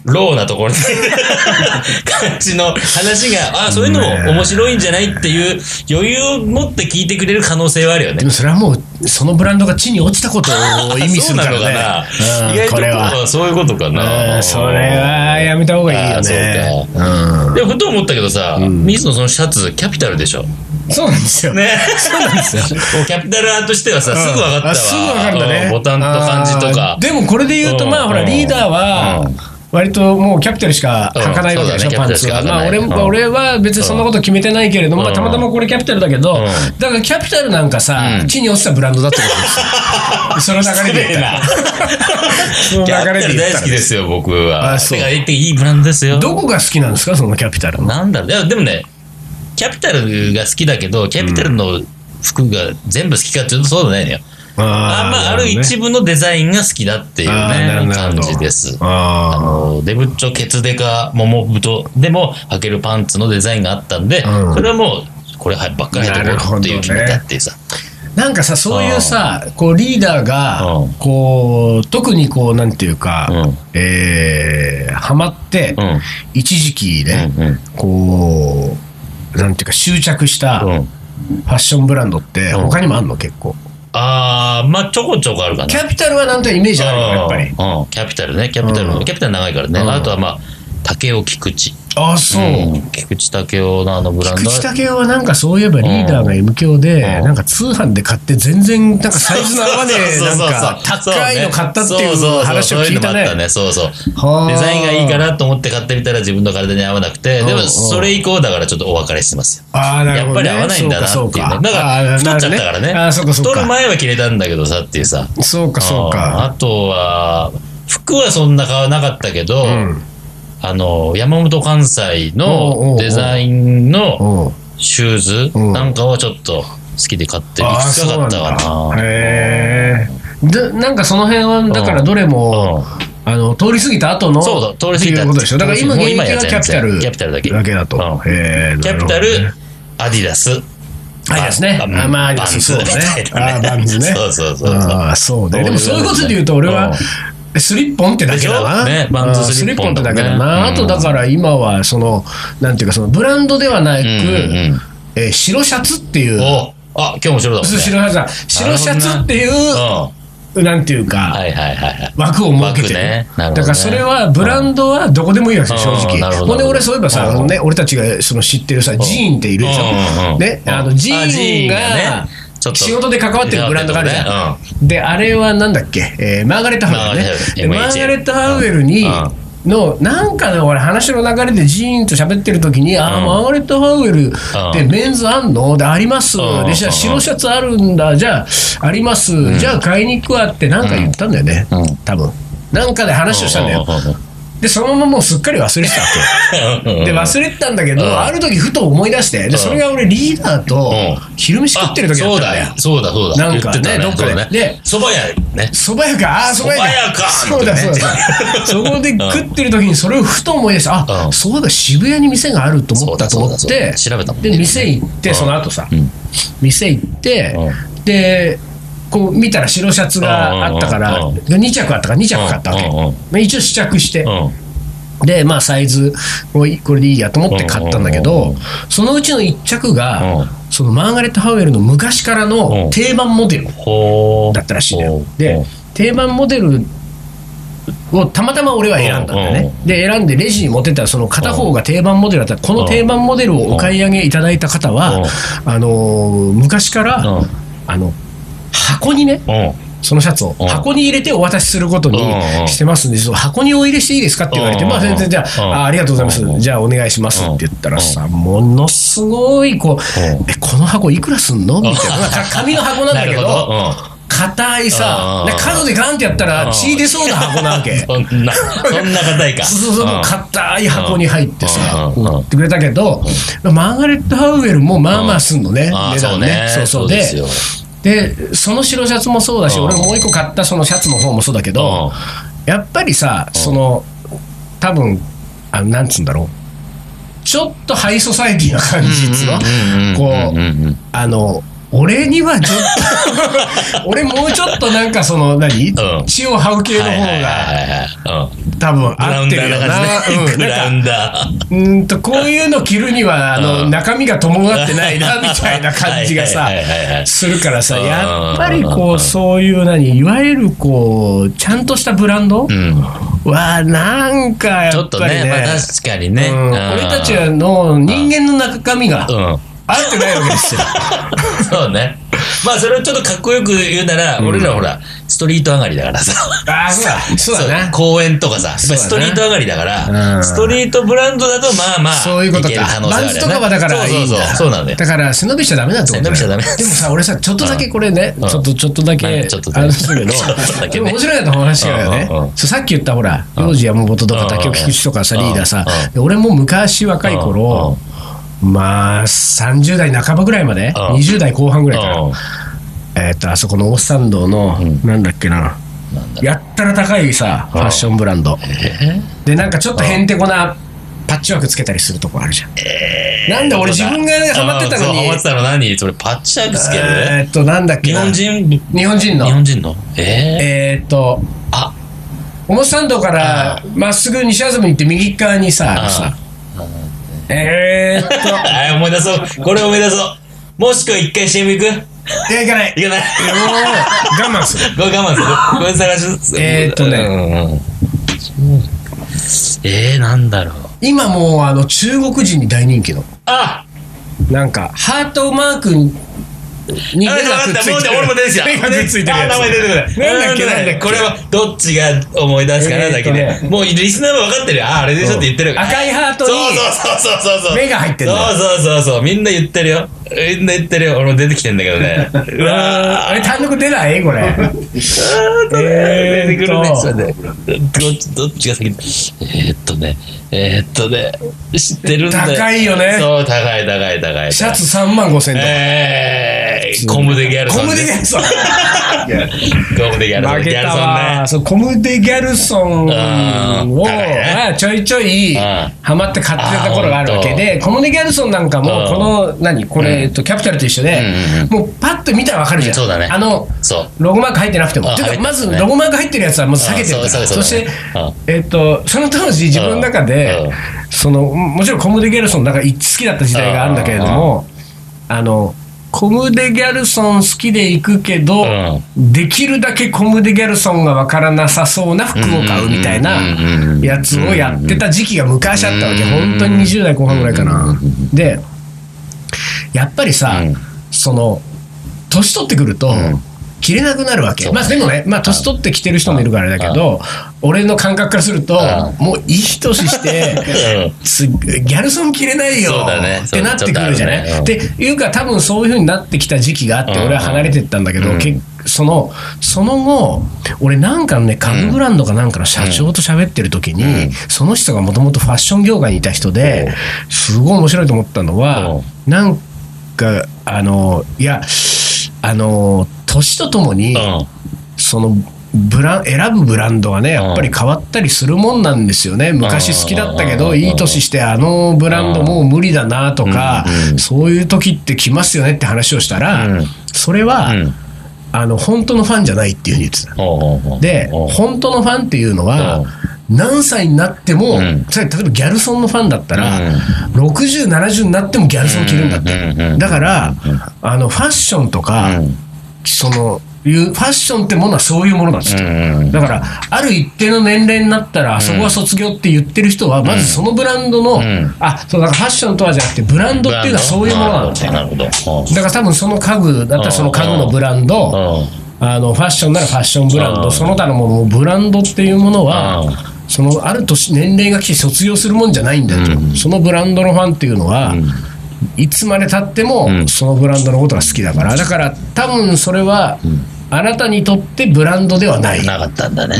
[SPEAKER 2] ローなところで、感じの話が、あ、そういうのも面白いんじゃないっていう余裕を持って聞いてくれる可能性はあるよね
[SPEAKER 1] で。もそれはもう、そのブランドが地に落ちたこと を意味するからね。
[SPEAKER 2] そうなのかな。意
[SPEAKER 1] うん
[SPEAKER 2] 外と
[SPEAKER 1] これは。
[SPEAKER 2] こうそういうことか
[SPEAKER 1] う
[SPEAKER 2] な。
[SPEAKER 1] んそれはやめた方がいいよね。
[SPEAKER 2] でもふと思ったけどさ、水野そのシャツキャピタルでしょ。
[SPEAKER 1] うんそうなんですよ。
[SPEAKER 2] ね。そうなん ですよ。キャピタル派としてはさ、すぐ分かったわ。
[SPEAKER 1] あすぐ分かるんだね
[SPEAKER 2] うんボタンと漢字と
[SPEAKER 1] あ
[SPEAKER 2] か
[SPEAKER 1] ー。でもこれで言うと
[SPEAKER 2] うん
[SPEAKER 1] まあほら
[SPEAKER 2] うん
[SPEAKER 1] リーダーは
[SPEAKER 2] うん
[SPEAKER 1] 割ともうキャピタルしか履かないわけでしょ、パンツは。
[SPEAKER 2] うんそうだねキャピタルしか履か
[SPEAKER 1] まあ
[SPEAKER 2] ない
[SPEAKER 1] 俺,、
[SPEAKER 2] うん
[SPEAKER 1] 俺は別にそんなこと決めてないけれども、
[SPEAKER 2] うん
[SPEAKER 1] まあたまたまこれキャピタルだけど、
[SPEAKER 2] ん
[SPEAKER 1] だからキャピタルなんかさ、
[SPEAKER 2] うん
[SPEAKER 1] 地に落ちたブランドだってことです よ。その流れで言ったら。その
[SPEAKER 2] キャピ
[SPEAKER 1] 流れ
[SPEAKER 2] タ
[SPEAKER 1] で
[SPEAKER 2] ル
[SPEAKER 1] 言っ
[SPEAKER 2] 大
[SPEAKER 1] たら
[SPEAKER 2] 好きですよ、僕は。
[SPEAKER 1] あそう
[SPEAKER 2] てか言っていいブランドですよ。
[SPEAKER 1] どこが好きなんですか、そのキャピタルの。
[SPEAKER 2] なんだろういや。でもね、キャピタルが好きだけど、キャピタルの服が全部好きかっていうとそうじゃないのよ。あまあ、ある一部のデザインが好きだっていうね、感じです。あ
[SPEAKER 1] あ
[SPEAKER 2] のデブッチョケツデカモモブトでも履けるパンツのデザインがあったんで、
[SPEAKER 1] うん
[SPEAKER 2] それはもうこれはいばっかり履いてこうっていう決めたっていうさ、
[SPEAKER 1] ーなんかさそういうさこうリーダー
[SPEAKER 2] う
[SPEAKER 1] が
[SPEAKER 2] ん
[SPEAKER 1] こう特にこうなんていうか、
[SPEAKER 2] うん
[SPEAKER 1] えーハマって、
[SPEAKER 2] うん
[SPEAKER 1] 一時期ね、
[SPEAKER 2] うんうん
[SPEAKER 1] こうなんていうか執着した
[SPEAKER 2] う
[SPEAKER 1] フ
[SPEAKER 2] ん
[SPEAKER 1] ァッションブランドって
[SPEAKER 2] うん
[SPEAKER 1] 他にもあるの結構。
[SPEAKER 2] あー、まあ、ちょこちょこあるかな。
[SPEAKER 1] キャピタルはなんとなくイメージあるよ、やっぱり。
[SPEAKER 2] うんうんキャピタルね、キャピタル
[SPEAKER 1] う
[SPEAKER 2] の、
[SPEAKER 1] ん
[SPEAKER 2] キャピタル長いからね。
[SPEAKER 1] うん
[SPEAKER 2] あとはまあ、竹尾菊池。
[SPEAKER 1] あ、そう。
[SPEAKER 2] ん菊池竹雄のあのブラン
[SPEAKER 1] 菊
[SPEAKER 2] ド。
[SPEAKER 1] 池武雄はなんかそういえばリーダーが M 響で、
[SPEAKER 2] うん
[SPEAKER 1] なんか通販で買って全然なんかサイズの合わね え、なんか高いの買ったっていう話を聞いたね。
[SPEAKER 2] そうそうそうそうそういうのもあったねそうそう
[SPEAKER 1] はあ
[SPEAKER 2] デザインがいいかなと思って買ってみたら自分の体に合わなくて、で
[SPEAKER 1] うん
[SPEAKER 2] も
[SPEAKER 1] うん
[SPEAKER 2] それ以降だからちょっとお別れしてますよ。
[SPEAKER 1] ああ、なる
[SPEAKER 2] やっ
[SPEAKER 1] ほ
[SPEAKER 2] ぱ
[SPEAKER 1] ど、
[SPEAKER 2] り
[SPEAKER 1] ね。
[SPEAKER 2] 合わないんだなっていうね。だから
[SPEAKER 1] あー
[SPEAKER 2] 太っちゃったからね。
[SPEAKER 1] あー、そうかそう
[SPEAKER 2] 太る
[SPEAKER 1] か。
[SPEAKER 2] 前は着れたんだけどさっていうさ。
[SPEAKER 1] そうかそう
[SPEAKER 2] あ
[SPEAKER 1] か。
[SPEAKER 2] ーあとは、服はそんな買わなかったけど、
[SPEAKER 1] うん。
[SPEAKER 2] あの、山本関西
[SPEAKER 1] おうおうお
[SPEAKER 2] の
[SPEAKER 1] う
[SPEAKER 2] デザインの
[SPEAKER 1] うん。
[SPEAKER 2] シューズ
[SPEAKER 1] うん
[SPEAKER 2] なんかはちょっと好きで買っていき
[SPEAKER 1] あー
[SPEAKER 2] つかかったか
[SPEAKER 1] そうなん
[SPEAKER 2] な。
[SPEAKER 1] だへえ。で、なんかその辺は、だからどれも、
[SPEAKER 2] うん
[SPEAKER 1] あの、通り過ぎた後の、
[SPEAKER 2] そうだ、通り過ぎ
[SPEAKER 1] ってい
[SPEAKER 2] た。
[SPEAKER 1] うことでしょ。だから今、
[SPEAKER 2] も
[SPEAKER 1] 現
[SPEAKER 2] う
[SPEAKER 1] 役は
[SPEAKER 2] や
[SPEAKER 1] キ
[SPEAKER 2] 全
[SPEAKER 1] ャピタ
[SPEAKER 2] 然
[SPEAKER 1] ル
[SPEAKER 2] キャピタルだけ。
[SPEAKER 1] だけだと。
[SPEAKER 2] うん
[SPEAKER 1] へえ
[SPEAKER 2] キャピタル、アディダス。
[SPEAKER 1] アディダスね
[SPEAKER 2] バン
[SPEAKER 1] あまあ
[SPEAKER 2] バンズ
[SPEAKER 1] そうだね
[SPEAKER 2] みたいな
[SPEAKER 1] あバンズね
[SPEAKER 2] そうそうそうそう。
[SPEAKER 1] ああ、そうね。でもそういうことで言うと、俺は、スリッポンってだけだな。
[SPEAKER 2] でしょねバンズ
[SPEAKER 1] うん
[SPEAKER 2] ス
[SPEAKER 1] ス
[SPEAKER 2] リ
[SPEAKER 1] リ
[SPEAKER 2] ッ
[SPEAKER 1] ッ
[SPEAKER 2] ポ
[SPEAKER 1] ポ
[SPEAKER 2] ン
[SPEAKER 1] ンっ
[SPEAKER 2] と
[SPEAKER 1] て
[SPEAKER 2] か
[SPEAKER 1] だ
[SPEAKER 2] ね
[SPEAKER 1] けだな。
[SPEAKER 2] うん
[SPEAKER 1] あと、だから今は、その、なんていうか、その、ブランドではなく、
[SPEAKER 2] うんうん
[SPEAKER 1] えー白シャツっていう、
[SPEAKER 2] おあ、今日も白だもん
[SPEAKER 1] 白
[SPEAKER 2] ね。
[SPEAKER 1] シャツ白シャツっていう
[SPEAKER 2] うん。
[SPEAKER 1] な、
[SPEAKER 2] は
[SPEAKER 1] んていうか、
[SPEAKER 2] いはいはいはい。
[SPEAKER 1] 枠を設けてる、
[SPEAKER 2] 枠ねなるほどね
[SPEAKER 1] だからそれはブランドはどこでもいいわけですよ、
[SPEAKER 2] うん
[SPEAKER 1] 正
[SPEAKER 2] うんなるほ
[SPEAKER 1] 直。
[SPEAKER 2] ど
[SPEAKER 1] ほんで、俺、そういえばさ、
[SPEAKER 2] うん
[SPEAKER 1] あのね、俺たちがその知ってるさ、ジーンっているでしょ
[SPEAKER 2] うんうんう。ん
[SPEAKER 1] ね、あ
[SPEAKER 2] う
[SPEAKER 1] の
[SPEAKER 2] ん
[SPEAKER 1] ジ
[SPEAKER 2] あジー
[SPEAKER 1] ー
[SPEAKER 2] ン
[SPEAKER 1] ン
[SPEAKER 2] が
[SPEAKER 1] が
[SPEAKER 2] ねちょっと
[SPEAKER 1] 仕事で関わってるブランドがあるじゃん。で、あれはなんだっけ、えーマーガレット・ハウエルね。で
[SPEAKER 2] マ
[SPEAKER 1] マ
[SPEAKER 2] ー
[SPEAKER 1] ー
[SPEAKER 2] ガ
[SPEAKER 1] ガ
[SPEAKER 2] レ
[SPEAKER 1] レ
[SPEAKER 2] ッ
[SPEAKER 1] ッ
[SPEAKER 2] ト
[SPEAKER 1] ト・
[SPEAKER 2] ハ
[SPEAKER 1] ハ
[SPEAKER 2] ウ
[SPEAKER 1] ウ
[SPEAKER 2] エ
[SPEAKER 1] エ
[SPEAKER 2] ル
[SPEAKER 1] ルに
[SPEAKER 2] う、
[SPEAKER 1] の、なんかね、俺、話の流れでジーンと喋ってる時に、あ
[SPEAKER 2] う
[SPEAKER 1] あ、
[SPEAKER 2] ん
[SPEAKER 1] マーガレット・ハウエルってメンズあんので、あります。
[SPEAKER 2] うん
[SPEAKER 1] で、じゃあ、
[SPEAKER 2] うん
[SPEAKER 1] 白シャツあるんだ。じゃあ、あります。じゃあ、買いに行くわって、なんか言ったんだよね
[SPEAKER 2] うんうん。
[SPEAKER 1] 多分。なんかで話をしたんだよ。で、そのままもうすっかり忘れてたわけ。 で、忘れてたんだけ
[SPEAKER 2] うん
[SPEAKER 1] ど、ある時ふと思い出して、で、それが俺リーダーと
[SPEAKER 2] うん
[SPEAKER 1] 昼飯食ってる時だ
[SPEAKER 2] そ
[SPEAKER 1] っ
[SPEAKER 2] う
[SPEAKER 1] たんだ
[SPEAKER 2] だ
[SPEAKER 1] よ
[SPEAKER 2] よ。。そうだそうだ。
[SPEAKER 1] なんかね
[SPEAKER 2] 言ってた
[SPEAKER 1] どっかで
[SPEAKER 2] そうだね
[SPEAKER 1] で。
[SPEAKER 2] そば屋ね。
[SPEAKER 1] そば屋か、ああ、そば屋か。
[SPEAKER 2] 蕎
[SPEAKER 1] そ
[SPEAKER 2] 麦屋か
[SPEAKER 1] うだ、そうだ
[SPEAKER 2] う。 ん
[SPEAKER 1] そこで食ってる時にそれをふと思い出して、
[SPEAKER 2] う
[SPEAKER 1] あ
[SPEAKER 2] ん
[SPEAKER 1] そうだ、渋谷に店があると思ったと思っ
[SPEAKER 2] そうだそう
[SPEAKER 1] て
[SPEAKER 2] だ、そうだ調べたもんね
[SPEAKER 1] で、店行って、その後さ
[SPEAKER 2] うん、
[SPEAKER 1] 店行って、で、こう見たら白シャツがあったから、
[SPEAKER 2] うんうん
[SPEAKER 1] 2着あったから、2着買ったわけ。
[SPEAKER 2] うんうんうん
[SPEAKER 1] まあ一応試着して、
[SPEAKER 2] うん。
[SPEAKER 1] で、まあ、サイズ、これこれでいいやと思って買ったんだけ
[SPEAKER 2] うんうん
[SPEAKER 1] ど、
[SPEAKER 2] う
[SPEAKER 1] そのうちの1着
[SPEAKER 2] う
[SPEAKER 1] が
[SPEAKER 2] ん、
[SPEAKER 1] そのマーガレット・ハウエルの昔から
[SPEAKER 2] うん
[SPEAKER 1] の定番モデル
[SPEAKER 2] ほー
[SPEAKER 1] だったらしいんだ
[SPEAKER 2] ほ
[SPEAKER 1] よ。
[SPEAKER 2] ー
[SPEAKER 1] で、定番モデルをたまたま俺は選んだんだよ
[SPEAKER 2] うんう
[SPEAKER 1] ね。で、選んでレジに持ってったら、その片方が定番モデルだったら、この定番モデルをお買い上げいただいた方
[SPEAKER 2] うん
[SPEAKER 1] は、あのー、昔か
[SPEAKER 2] う
[SPEAKER 1] ら、
[SPEAKER 2] ん
[SPEAKER 1] あの、箱にね、
[SPEAKER 2] うん。
[SPEAKER 1] そのシャツを
[SPEAKER 2] うん
[SPEAKER 1] 箱に入れてお渡しすることに
[SPEAKER 2] うん
[SPEAKER 1] してますんで、その箱にお入れしていいですかって言われて、
[SPEAKER 2] うん
[SPEAKER 1] まあ全然じゃ
[SPEAKER 2] うん
[SPEAKER 1] あ、あありがとうございま
[SPEAKER 2] うん
[SPEAKER 1] す、じゃあお願いしますって言ったらさ、ものすごいこう
[SPEAKER 2] うん、
[SPEAKER 1] え、この箱いくらすんのみたいな、まあ紙の箱なんだ
[SPEAKER 2] な
[SPEAKER 1] け
[SPEAKER 2] るほ
[SPEAKER 1] ど、
[SPEAKER 2] ど。
[SPEAKER 1] 硬いさ
[SPEAKER 2] う、ん
[SPEAKER 1] で角でガンってやった
[SPEAKER 2] うん
[SPEAKER 1] ら血出そうな箱なわけ。
[SPEAKER 2] うん。そんな、そんな硬いか。
[SPEAKER 1] そうそうそう、
[SPEAKER 2] ん
[SPEAKER 1] 硬い箱に入ってさ、
[SPEAKER 2] うん
[SPEAKER 1] こう売ってくれたけど、マーガレット・ハウエルもまあまあすんのね、
[SPEAKER 2] あー
[SPEAKER 1] 値
[SPEAKER 2] そう
[SPEAKER 1] 段ね
[SPEAKER 2] ね。。
[SPEAKER 1] そうそうで
[SPEAKER 2] ですよ。
[SPEAKER 1] でその白シャツもそうだし、
[SPEAKER 2] うん
[SPEAKER 1] 俺もう一個買ったそのシャツの方もそうだけど、やっぱりさ、その多分あのなんつうんだろうちょっとハイソサイティな感じっつうのこうあの俺にはちょっ と俺もうちょっとなんかその何、
[SPEAKER 2] ん
[SPEAKER 1] 血を這う系の方が
[SPEAKER 2] が、
[SPEAKER 1] 多分
[SPEAKER 2] ブラ
[SPEAKER 1] 合
[SPEAKER 2] ウ
[SPEAKER 1] っ
[SPEAKER 2] ン
[SPEAKER 1] て
[SPEAKER 2] ダ
[SPEAKER 1] る
[SPEAKER 2] ー
[SPEAKER 1] よ
[SPEAKER 2] な
[SPEAKER 1] な
[SPEAKER 2] 感
[SPEAKER 1] うん
[SPEAKER 2] じね。
[SPEAKER 1] なんかうー
[SPEAKER 2] グラウンダー。
[SPEAKER 1] んとこういうの着るにはあ
[SPEAKER 2] う
[SPEAKER 1] の
[SPEAKER 2] ん
[SPEAKER 1] 中身が伴ってないなみたいな感じがさ
[SPEAKER 2] はいはいはいはい
[SPEAKER 1] するからさ
[SPEAKER 2] うん
[SPEAKER 1] やっぱり
[SPEAKER 2] うんうん
[SPEAKER 1] こ
[SPEAKER 2] うん
[SPEAKER 1] うそういう何いわゆるこうちゃんとしたブランド
[SPEAKER 2] うん。
[SPEAKER 1] はなんか
[SPEAKER 2] ち
[SPEAKER 1] や
[SPEAKER 2] ょっ
[SPEAKER 1] っ
[SPEAKER 2] と
[SPEAKER 1] ぱり
[SPEAKER 2] ね、まあ
[SPEAKER 1] ね
[SPEAKER 2] 確かに
[SPEAKER 1] う
[SPEAKER 2] ね。
[SPEAKER 1] ん俺たちはの人間の中身が
[SPEAKER 2] うん。
[SPEAKER 1] 合ってないわけですよ。
[SPEAKER 2] そうね。まあそれをちょっとかっこよく言うなら、俺らほら、ストリート上がりだからさ。
[SPEAKER 1] ああそうだそうだな
[SPEAKER 2] 公園とかさ、やっぱりストリート上がりだか
[SPEAKER 1] う
[SPEAKER 2] ら、
[SPEAKER 1] ん
[SPEAKER 2] ストリートブランドだとまあまあ、
[SPEAKER 1] そういうこと
[SPEAKER 2] ける
[SPEAKER 1] か
[SPEAKER 2] 可能性
[SPEAKER 1] バ
[SPEAKER 2] あ
[SPEAKER 1] ン
[SPEAKER 2] るよ
[SPEAKER 1] ズ
[SPEAKER 2] ね
[SPEAKER 1] とかはだからいいん
[SPEAKER 2] そうそうそう、そうなんだよ。
[SPEAKER 1] だから背伸びしちゃダメだってことだよ
[SPEAKER 2] 背伸びしちゃダメ
[SPEAKER 1] でもさ俺さちょっとだけこれね、
[SPEAKER 2] うん
[SPEAKER 1] ちょっとちょっとだ
[SPEAKER 2] う
[SPEAKER 1] け
[SPEAKER 2] んちょっとだけ
[SPEAKER 1] あのするけど
[SPEAKER 2] ちょっとだけね
[SPEAKER 1] でも面白いなと思う話がね、
[SPEAKER 2] うんうんうん
[SPEAKER 1] そうさっき言ったほら幼児山本と
[SPEAKER 2] う
[SPEAKER 1] か
[SPEAKER 2] ん
[SPEAKER 1] 竹尾菊池とかさ
[SPEAKER 2] うん
[SPEAKER 1] リーダーさ、
[SPEAKER 2] うん
[SPEAKER 1] で俺も昔若い頃、まあ30代半ばぐらいまで、
[SPEAKER 2] うん
[SPEAKER 1] 20代後半ぐらいから、
[SPEAKER 2] うん
[SPEAKER 1] えっとあそこのオースサンドの、
[SPEAKER 2] ん
[SPEAKER 1] なんだっけな
[SPEAKER 2] なんだ
[SPEAKER 1] やったら高いさファッションブランド、
[SPEAKER 2] え
[SPEAKER 1] でなんかちょっとへんてこなパッチワークつけたりするとこあるじゃん、
[SPEAKER 2] ー
[SPEAKER 1] なんで俺自分がねハマってたの
[SPEAKER 2] うんそう
[SPEAKER 1] に
[SPEAKER 2] ハマってたの何それパッチワークつける
[SPEAKER 1] えーっとなんだっけ
[SPEAKER 2] 日
[SPEAKER 1] な
[SPEAKER 2] 本人日
[SPEAKER 1] 日本人の
[SPEAKER 2] 本人のえー
[SPEAKER 1] えーっと
[SPEAKER 2] あ
[SPEAKER 1] 表参道からまっすぐ西麻布に行って右側にさあのさえーっと
[SPEAKER 2] あ思い出そうこれ思い出そうもしくは一回 CM 行く
[SPEAKER 1] いや、いかない。
[SPEAKER 2] いか ない。
[SPEAKER 1] いや、もう、我慢する。
[SPEAKER 2] ごめん、我慢する。ごめん、探し。
[SPEAKER 1] えーっとね
[SPEAKER 2] ね。えー、なんだろう。
[SPEAKER 1] 今もう、あの、中国人に大人気の。
[SPEAKER 2] あ
[SPEAKER 1] なんか、ハートマークに目
[SPEAKER 2] あ、わかった。もうね俺も出てきた。
[SPEAKER 1] 目がくっついてる
[SPEAKER 2] あ、
[SPEAKER 1] やつ。
[SPEAKER 2] 名前出てくる。
[SPEAKER 1] なんだっけ
[SPEAKER 2] う
[SPEAKER 1] なんだっけ
[SPEAKER 2] これは、どっちが思い出すかなだ
[SPEAKER 1] え
[SPEAKER 2] け
[SPEAKER 1] ーっ
[SPEAKER 2] で
[SPEAKER 1] と。ね
[SPEAKER 2] もう、リスナーも分かってるよ。あ、あれでしょって言ってる。
[SPEAKER 1] 赤いハート
[SPEAKER 2] そう
[SPEAKER 1] に
[SPEAKER 2] そうそうそうそう。
[SPEAKER 1] 目が入ってんだよ。
[SPEAKER 2] そうそうそうそう。みんな言ってるよ。みんな言ってるよ。俺も出てきてんだけど ね。うわ
[SPEAKER 1] あれ、単独出ないこれ。
[SPEAKER 2] 出てくるね。
[SPEAKER 1] ー
[SPEAKER 2] それでどっちどっちが先えーっとね、えーっとね、知ってるんだよ。
[SPEAKER 1] 高いよね
[SPEAKER 2] そう、高い高い高い。
[SPEAKER 1] シャツ3万5千とか。
[SPEAKER 2] えー、コムデギャルソ
[SPEAKER 1] コ
[SPEAKER 2] ンね。
[SPEAKER 1] ムデギャルソン。
[SPEAKER 2] コムデギャルソン。
[SPEAKER 1] 負
[SPEAKER 2] ギ
[SPEAKER 1] け
[SPEAKER 2] ャル
[SPEAKER 1] た
[SPEAKER 2] ソンね
[SPEAKER 1] わ。。そう、コムデギャルソンを、
[SPEAKER 2] うん高いね
[SPEAKER 1] まあちょいちょい、
[SPEAKER 2] うん
[SPEAKER 1] ハマって買ってたところがあるわけで、コムデギャルソンなんか
[SPEAKER 2] う
[SPEAKER 1] も、
[SPEAKER 2] ん
[SPEAKER 1] この、何こ
[SPEAKER 2] うん
[SPEAKER 1] れ、えっとキャピタルと一緒で
[SPEAKER 2] うんうん、
[SPEAKER 1] もうパッと見たらわかるじゃん。
[SPEAKER 2] そうだね
[SPEAKER 1] あの、
[SPEAKER 2] そう。
[SPEAKER 1] ロゴマーク入ってなくて
[SPEAKER 2] あ
[SPEAKER 1] も。て
[SPEAKER 2] 入っ
[SPEAKER 1] か
[SPEAKER 2] てな
[SPEAKER 1] ま
[SPEAKER 2] い
[SPEAKER 1] ず、ロゴマーク入ってるやつはもう避けてるか
[SPEAKER 2] あ
[SPEAKER 1] ら。
[SPEAKER 2] そうそうそ
[SPEAKER 1] そ
[SPEAKER 2] う
[SPEAKER 1] して
[SPEAKER 2] うん、
[SPEAKER 1] えっと、その当時、自分の中
[SPEAKER 2] うんう
[SPEAKER 1] で
[SPEAKER 2] ん、
[SPEAKER 1] その、もちろんコムデギャルソンなんか好きだった時代があるんだけれども、あの、コムデギャルソン好きで行くけど、
[SPEAKER 2] うん
[SPEAKER 1] できるだけコムデギャルソンがわからなさそうな服を買うみたいなやつをやってた時期が昔あったわけ。
[SPEAKER 2] うん
[SPEAKER 1] 本当に20代後半ぐらいかな。で、やっぱりさ、
[SPEAKER 2] うん
[SPEAKER 1] その、年取ってくると、
[SPEAKER 2] ん
[SPEAKER 1] 着れなくなるわけ、
[SPEAKER 2] そう
[SPEAKER 1] まあでもね、まあ、年取ってきてる人もいるからあれだけど、俺の感覚からすると、
[SPEAKER 2] う
[SPEAKER 1] もういい年して、
[SPEAKER 2] うん
[SPEAKER 1] すギャルソン着れないよ
[SPEAKER 2] そうだね
[SPEAKER 1] ってなってくるじゃない、
[SPEAKER 2] そう
[SPEAKER 1] っていうか多分そういうふうになってきた時期があって
[SPEAKER 2] うん
[SPEAKER 1] 俺は離れてったんだけど、
[SPEAKER 2] うん
[SPEAKER 1] けそのその後俺なんかのね家具ブランドかなんかの社長と喋ってる時に、
[SPEAKER 2] うん
[SPEAKER 1] その人がもともとファッション業界にいた人ですごい面白いと思ったの
[SPEAKER 2] う
[SPEAKER 1] は
[SPEAKER 2] ん
[SPEAKER 1] なんかあのいやあの年とともに、
[SPEAKER 2] うん。
[SPEAKER 1] そのブラン選ぶブランドがねやっぱり変わったりするもんなんですよね昔好きだったけ
[SPEAKER 2] うんうんうん
[SPEAKER 1] ど
[SPEAKER 2] うん
[SPEAKER 1] いい年してあのブランドもう無理だなとか
[SPEAKER 2] うんうん
[SPEAKER 1] そういう時って来ますよねって話をした
[SPEAKER 2] う
[SPEAKER 1] ら
[SPEAKER 2] ん
[SPEAKER 1] それは
[SPEAKER 2] うん
[SPEAKER 1] あの本当のファンじゃないっていうふうに言ってた。
[SPEAKER 2] おうおうおう
[SPEAKER 1] で
[SPEAKER 2] おう
[SPEAKER 1] 本当のファンっていうのは
[SPEAKER 2] うん
[SPEAKER 1] 何歳になっても
[SPEAKER 2] うん
[SPEAKER 1] それ例えばギャルソンのファンだったら6070になってもギャルソン着るんだっ
[SPEAKER 2] うんうんう
[SPEAKER 1] て
[SPEAKER 2] ん
[SPEAKER 1] だからあのファッションとか
[SPEAKER 2] うん
[SPEAKER 1] そのいうファッションってものはそういうものなんですよ
[SPEAKER 2] うんうん
[SPEAKER 1] だから、ある一定の年齢になったら、あそこは卒業って言ってる人は、まずそのブランドの、
[SPEAKER 2] ん
[SPEAKER 1] あそうだからファッションとはじゃなくて、ブランドっていうのはそういうものなんだよ
[SPEAKER 2] なるほど。なるほど
[SPEAKER 1] だから多分その家具だったらその家具のブランド、
[SPEAKER 2] うん
[SPEAKER 1] あのファッションならファッションブラン
[SPEAKER 2] う
[SPEAKER 1] ド、
[SPEAKER 2] ん
[SPEAKER 1] その他のものもブランドっていうもの
[SPEAKER 2] うん
[SPEAKER 1] は、そのある年、年齢が来て卒業するもんじゃないんだよと、
[SPEAKER 2] うん
[SPEAKER 1] そのブランドのファンっていうのは、
[SPEAKER 2] うん
[SPEAKER 1] いつまでたって
[SPEAKER 2] う
[SPEAKER 1] も
[SPEAKER 2] ん
[SPEAKER 1] そのブランドのことが好きだから、だから多分それは、あなたにとってブランドではない。
[SPEAKER 2] なかったんだね。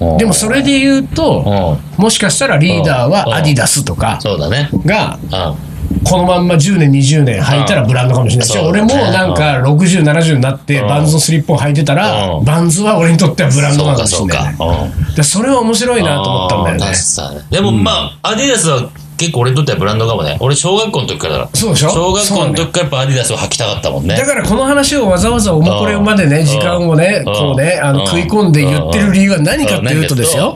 [SPEAKER 1] うん
[SPEAKER 2] お
[SPEAKER 1] でもそれで言う
[SPEAKER 2] う
[SPEAKER 1] と、
[SPEAKER 2] ん
[SPEAKER 1] もしかしたらリーダーはアディダスとか
[SPEAKER 2] そうだね。
[SPEAKER 1] が、
[SPEAKER 2] う
[SPEAKER 1] このまんま10年、20年履いたらブランドかもしれないし、
[SPEAKER 2] うん
[SPEAKER 1] 俺もなんか60、70になって、
[SPEAKER 2] うん
[SPEAKER 1] バンズのスリッポン履いてたら
[SPEAKER 2] う、ん
[SPEAKER 1] バンズは俺にとってはブラ
[SPEAKER 2] ん。
[SPEAKER 1] ンドな
[SPEAKER 2] そう
[SPEAKER 1] のかも
[SPEAKER 2] か、
[SPEAKER 1] し
[SPEAKER 2] そ
[SPEAKER 1] れな
[SPEAKER 2] うか
[SPEAKER 1] い。。
[SPEAKER 2] う
[SPEAKER 1] でそれは面白い
[SPEAKER 2] ん。
[SPEAKER 1] なと思ったんだよ
[SPEAKER 2] あ
[SPEAKER 1] ね
[SPEAKER 2] ー。確かにでもまあ、アディダスは結構俺にとってはブランドかもね。俺、小学校の時から。
[SPEAKER 1] そうでしょ
[SPEAKER 2] 小学校の時からやっぱアディダスを履きたかったもんね。
[SPEAKER 1] だからこの話をわざわざおもこれまで
[SPEAKER 2] う
[SPEAKER 1] ね、
[SPEAKER 2] ん
[SPEAKER 1] 時間をね、
[SPEAKER 2] うん
[SPEAKER 1] こうね、あ
[SPEAKER 2] う
[SPEAKER 1] の
[SPEAKER 2] ん
[SPEAKER 1] 食い込んで言ってる理由は何かっていうとですよ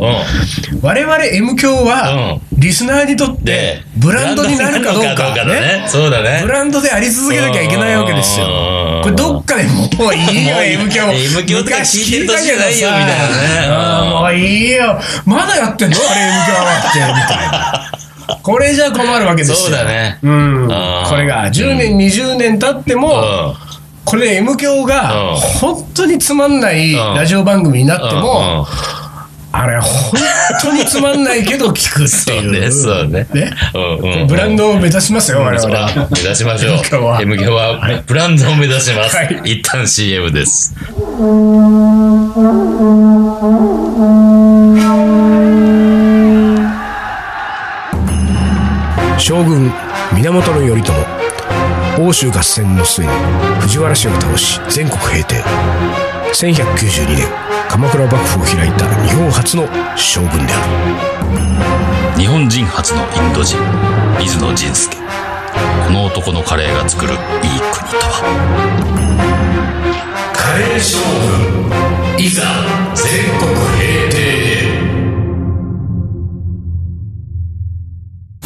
[SPEAKER 2] う。ん
[SPEAKER 1] 我々 M 教は、リスナーにとっ
[SPEAKER 2] うん
[SPEAKER 1] て
[SPEAKER 2] で、
[SPEAKER 1] ブランドになるかどう
[SPEAKER 2] ブランドにな
[SPEAKER 1] か
[SPEAKER 2] る
[SPEAKER 1] ね。
[SPEAKER 2] だね。そうだね。
[SPEAKER 1] ブランドであり続けなきゃいけないわけですよ
[SPEAKER 2] うん。
[SPEAKER 1] これどっかでもういいよ、
[SPEAKER 2] もう
[SPEAKER 1] M 響。
[SPEAKER 2] M 響とか聞いてる年じゃないよみたいなねうん
[SPEAKER 1] ああ、もういいよ。まだやってんのあれ M 響はって、みたいな。これじゃ困るわけですよ。
[SPEAKER 2] そうだね
[SPEAKER 1] うん。
[SPEAKER 2] あー
[SPEAKER 1] これが10年、20年経っても、
[SPEAKER 2] うん
[SPEAKER 1] これ M 響
[SPEAKER 2] う
[SPEAKER 1] が
[SPEAKER 2] ん
[SPEAKER 1] 本当につまんない
[SPEAKER 2] うん
[SPEAKER 1] ラジオ番組になって
[SPEAKER 2] うんうん
[SPEAKER 1] も、あれ本当につまんないけど聞くって
[SPEAKER 2] そう
[SPEAKER 1] い
[SPEAKER 2] ね、
[SPEAKER 1] う。
[SPEAKER 2] そうね。うんうんうん
[SPEAKER 1] ブランドを目指しますよ、我
[SPEAKER 2] そ
[SPEAKER 1] 々
[SPEAKER 2] ら
[SPEAKER 1] は。
[SPEAKER 2] 目指しましょう
[SPEAKER 1] M 響は。
[SPEAKER 2] M 響はブランドを目指します。
[SPEAKER 1] はい
[SPEAKER 2] 一旦 CM です。
[SPEAKER 1] 将軍源頼朝欧州合戦の末に藤原氏を倒し全国平定1192年鎌倉幕府を開いた日本初の将軍である
[SPEAKER 2] 日本人初のインド人、水野仁介。この男のカレーが作るいい国とは。
[SPEAKER 1] カレー将
[SPEAKER 2] いざ、全国平定
[SPEAKER 1] 軍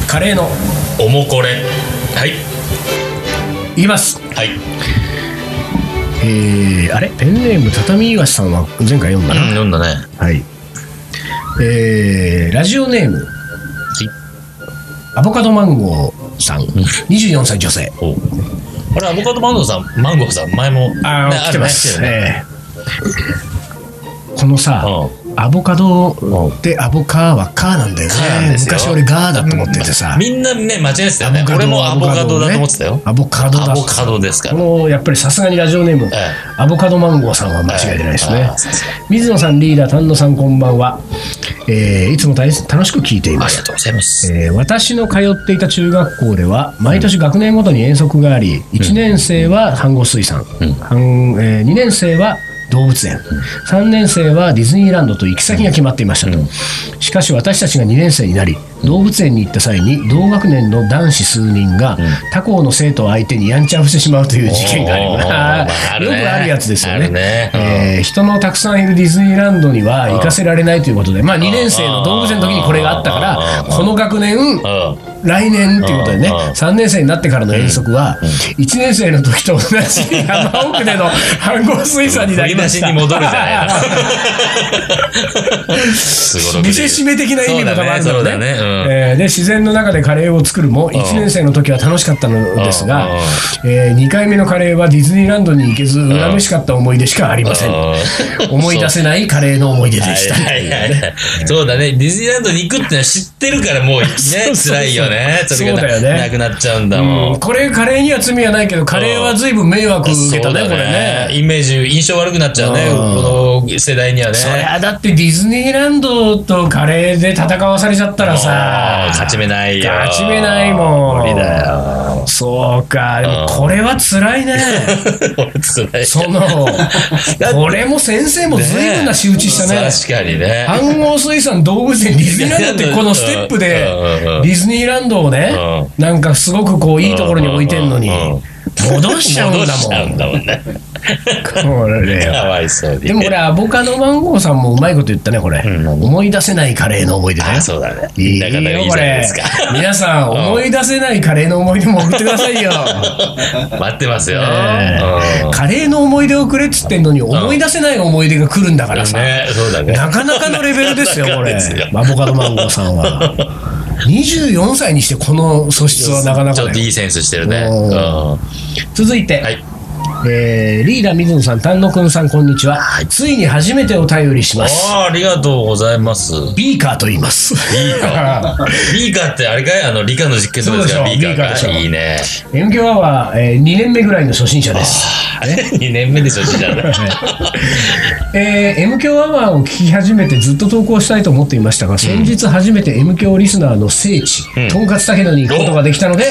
[SPEAKER 1] カレーの
[SPEAKER 2] おもこれ。はい。
[SPEAKER 1] 言います
[SPEAKER 2] はい。
[SPEAKER 1] えーあれペンネーム畳岩さんは前回読んだな、
[SPEAKER 2] うん読んだね。
[SPEAKER 1] はいえーラジオネームアボカドマンゴーさん24歳女性
[SPEAKER 2] おあれ、アボカドマンゴーさん、マンゴーさん、前も、
[SPEAKER 1] あ
[SPEAKER 2] ね
[SPEAKER 1] ー来てます、
[SPEAKER 2] あるね
[SPEAKER 1] えーこのさ、アボカドってアボカはカーなんだよ
[SPEAKER 2] カーなん
[SPEAKER 1] ね
[SPEAKER 2] ですよ
[SPEAKER 1] 昔俺ガーだと思っててさ、
[SPEAKER 2] みんなね、間違えてたよね。俺もアボカドだと思ってたよ。
[SPEAKER 1] アボカドだ
[SPEAKER 2] アボカドですか
[SPEAKER 1] こ
[SPEAKER 2] ら。
[SPEAKER 1] のやっぱりさすがにラジオネーム、
[SPEAKER 2] え
[SPEAKER 1] アボカドマンゴーさんは間違いないですね、
[SPEAKER 2] あーさすが
[SPEAKER 1] 水野さんリーダー丹野さんこんばんは、えーいつも大変楽しく聞いてい
[SPEAKER 2] あ
[SPEAKER 1] ま
[SPEAKER 2] り
[SPEAKER 1] す
[SPEAKER 2] がとうございます。
[SPEAKER 1] えー私の通っていた中学校では毎年学年ごとに遠足があり1年生は飯合水産、
[SPEAKER 2] うん
[SPEAKER 1] 半え2年生は動物園3年生はディズニーランドと行き先が決まっていましたと、
[SPEAKER 2] うん
[SPEAKER 1] しかし私たちが2年生になり動物園に行った際に同学年の男子数人が
[SPEAKER 2] うん
[SPEAKER 1] 他校の生徒を相手にやんちゃをしてしまうという事件があり
[SPEAKER 2] おー
[SPEAKER 1] ま
[SPEAKER 2] まああ
[SPEAKER 1] す
[SPEAKER 2] る
[SPEAKER 1] よ
[SPEAKER 2] ね
[SPEAKER 1] くあるやつですよ
[SPEAKER 2] あ
[SPEAKER 1] ね
[SPEAKER 2] るねうん
[SPEAKER 1] えー人のたくさんいるディズニーランドには行かせられないということで、まあ、2年生の動物園の時にこれがあったか
[SPEAKER 2] あ
[SPEAKER 1] ら
[SPEAKER 2] ー
[SPEAKER 1] この学年
[SPEAKER 2] うん。
[SPEAKER 1] 来年っていうことでね、
[SPEAKER 2] うんうん
[SPEAKER 1] 3年生になってからの遠足は、1年生の時と同じ 山奥での飯合水産になりました。
[SPEAKER 2] 振り出しに戻るじゃないのすごろくで
[SPEAKER 1] 見せしめ的な意味も多分あるんだろ
[SPEAKER 2] そう
[SPEAKER 1] ね
[SPEAKER 2] うだね。そうだね。
[SPEAKER 1] えーで自然の中でカレーを作るも1年生の時は楽しかったのですが
[SPEAKER 2] うんうん、
[SPEAKER 1] え2回目のカレーはディズニーランドに行けず恨めしかった思い出しかありません
[SPEAKER 2] うん
[SPEAKER 1] 思い出せないカレーの思い出でしたと
[SPEAKER 2] はい
[SPEAKER 1] いう
[SPEAKER 2] はい
[SPEAKER 1] ね
[SPEAKER 2] はいそうだね。ディズニーランドに行くってのは知ってるからもうね、
[SPEAKER 1] そうそう
[SPEAKER 2] 辛いよね。それが
[SPEAKER 1] そうだよね
[SPEAKER 2] なくなっちゃうんだもん。
[SPEAKER 1] うんこれカレーには罪はないけどカレーは随分迷惑受けたね
[SPEAKER 2] そう
[SPEAKER 1] これね
[SPEAKER 2] だイメージ、印象悪くなっちゃうね。この世代にはね。
[SPEAKER 1] そりゃだってディズニーランドとカレーで戦わされちゃったらさ
[SPEAKER 2] もう勝ち目ないよ。
[SPEAKER 1] 勝ち目ないもん
[SPEAKER 2] 無理だよ。
[SPEAKER 1] そうかで
[SPEAKER 2] う
[SPEAKER 1] も
[SPEAKER 2] ん
[SPEAKER 1] これは辛いね
[SPEAKER 2] 俺辛いよ
[SPEAKER 1] そ のこれも先生も随分な仕打ちしたね
[SPEAKER 2] 確かにね。
[SPEAKER 1] 暗号水産動物園ディズニーランドってこのステップで
[SPEAKER 2] うんうんうん
[SPEAKER 1] ディズニーランドをね
[SPEAKER 2] う
[SPEAKER 1] なんかすごくこういいところに置いてんのに
[SPEAKER 2] うんうんうん
[SPEAKER 1] 戻しちゃうんだ
[SPEAKER 2] 戻しちゃ
[SPEAKER 1] も
[SPEAKER 2] うんんだもんね。
[SPEAKER 1] これ
[SPEAKER 2] か
[SPEAKER 1] よ
[SPEAKER 2] わいそうに。
[SPEAKER 1] でもこれアボカドマンゴーさんもうまいこと言ったねこれ
[SPEAKER 2] うん
[SPEAKER 1] 思い出せないカレーの思い出だ
[SPEAKER 2] あ
[SPEAKER 1] よ
[SPEAKER 2] そうだね。
[SPEAKER 1] いい
[SPEAKER 2] なかなかいい
[SPEAKER 1] よ
[SPEAKER 2] じ
[SPEAKER 1] こ
[SPEAKER 2] ゃない
[SPEAKER 1] れ
[SPEAKER 2] ですか。
[SPEAKER 1] 皆さん
[SPEAKER 2] うん
[SPEAKER 1] 思い出せないカレーの思い出も送ってくださいよ
[SPEAKER 2] 待ってますよ。
[SPEAKER 1] ねえ
[SPEAKER 2] うん
[SPEAKER 1] カレーの思い出をくれっつってんのに思い出せない思い出が来るんだからさ
[SPEAKER 2] ね、そうだね。
[SPEAKER 1] なかなかのレベルですよ これ
[SPEAKER 2] なかなかですよ
[SPEAKER 1] アボカドマンゴーさんは24歳にしてこの素質はなかな
[SPEAKER 2] ち
[SPEAKER 1] か
[SPEAKER 2] ょっと
[SPEAKER 1] ね
[SPEAKER 2] いいセンスしてるね。
[SPEAKER 1] おー
[SPEAKER 2] うん
[SPEAKER 1] 続いて、
[SPEAKER 2] はい。
[SPEAKER 1] えーリーダー水野さん丹野くんさんこんにちは、ついに初めてお便りします
[SPEAKER 2] ああ、ありがとうございます。
[SPEAKER 1] ビーカーと言います
[SPEAKER 2] ビーカー。ビーカーってあれかいあの、理科の実験とかですか
[SPEAKER 1] そうでしょ
[SPEAKER 2] ビーカ
[SPEAKER 1] ビーカー で
[SPEAKER 2] ー
[SPEAKER 1] しょ
[SPEAKER 2] か。いいね。
[SPEAKER 1] m q アワー、えー、2年目ぐらいの初心者です
[SPEAKER 2] あれ ?2 年目でしょ、じゃあ。
[SPEAKER 1] えー、M 強アワーを聞き始めてずっと投稿したいと思っていましたが先日初めて M 強リスナーの聖地、
[SPEAKER 2] うん
[SPEAKER 1] とんかつたけどに行くことができたので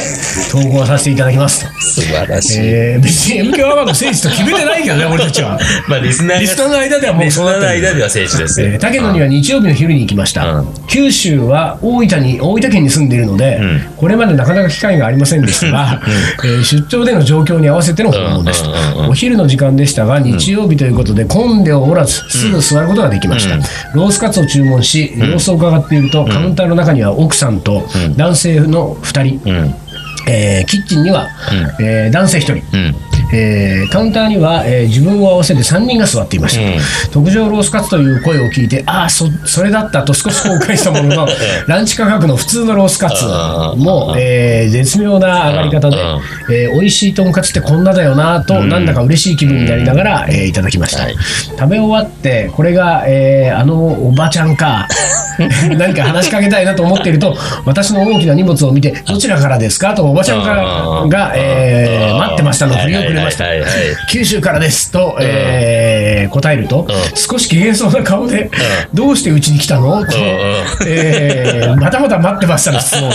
[SPEAKER 1] 投稿させていただきます、
[SPEAKER 2] 素晴らしい。
[SPEAKER 1] えー、別に M 強アワーの聖地と決めて ないけどね俺たちは
[SPEAKER 2] まあ、リスナーが
[SPEAKER 1] リスナーの間ではもう
[SPEAKER 2] リス
[SPEAKER 1] そう
[SPEAKER 2] ナ
[SPEAKER 1] な
[SPEAKER 2] ー
[SPEAKER 1] っ
[SPEAKER 2] の
[SPEAKER 1] てる
[SPEAKER 2] 間では聖地ですよ。
[SPEAKER 1] えー竹野には日曜日の昼に行きました、
[SPEAKER 2] うん
[SPEAKER 1] 九州は大分に大分県に住んでいるので、
[SPEAKER 2] う
[SPEAKER 1] これまでなかなか機会がありませんでした が、えー出張での状況に合わせての訪問です、
[SPEAKER 2] うんうんうん
[SPEAKER 1] お昼の時間でしたが日曜日ということで混んでおらずすぐ座ることができました、
[SPEAKER 2] うん
[SPEAKER 1] ロースカツを注文し様子を伺っていると、カウンターの中には奥さんと
[SPEAKER 2] うん
[SPEAKER 1] 男性の2人、
[SPEAKER 2] うん。うん。
[SPEAKER 1] えーキッチンには、えー男性1人、
[SPEAKER 2] うん。
[SPEAKER 1] えーカウンターには、えー自分を合わせて3人が座っていました、特上ロースカツという声を聞いてああそそれだったと少し後悔したもの のランチ価格の普通のロースカツも、えー絶妙な上がり方で、えー美味しいとんかつってこんなだよなと、なんだか嬉しい気分になりながら、えーいただきました、
[SPEAKER 2] はい
[SPEAKER 1] 食べ終わってこれが、えーあのおばちゃん か何か話しかけたいなと思っていると私の大きな荷物を見てどちらからですかとおばちゃんからが、えー待ってましたの振り遅れました
[SPEAKER 2] はいはいはいはいはい
[SPEAKER 1] 九州からですと、えー答えると、
[SPEAKER 2] うん
[SPEAKER 1] 少し機嫌そうな顔で、どうしてうちに来たのと、
[SPEAKER 2] ん
[SPEAKER 1] えーまたまた待ってましたの質問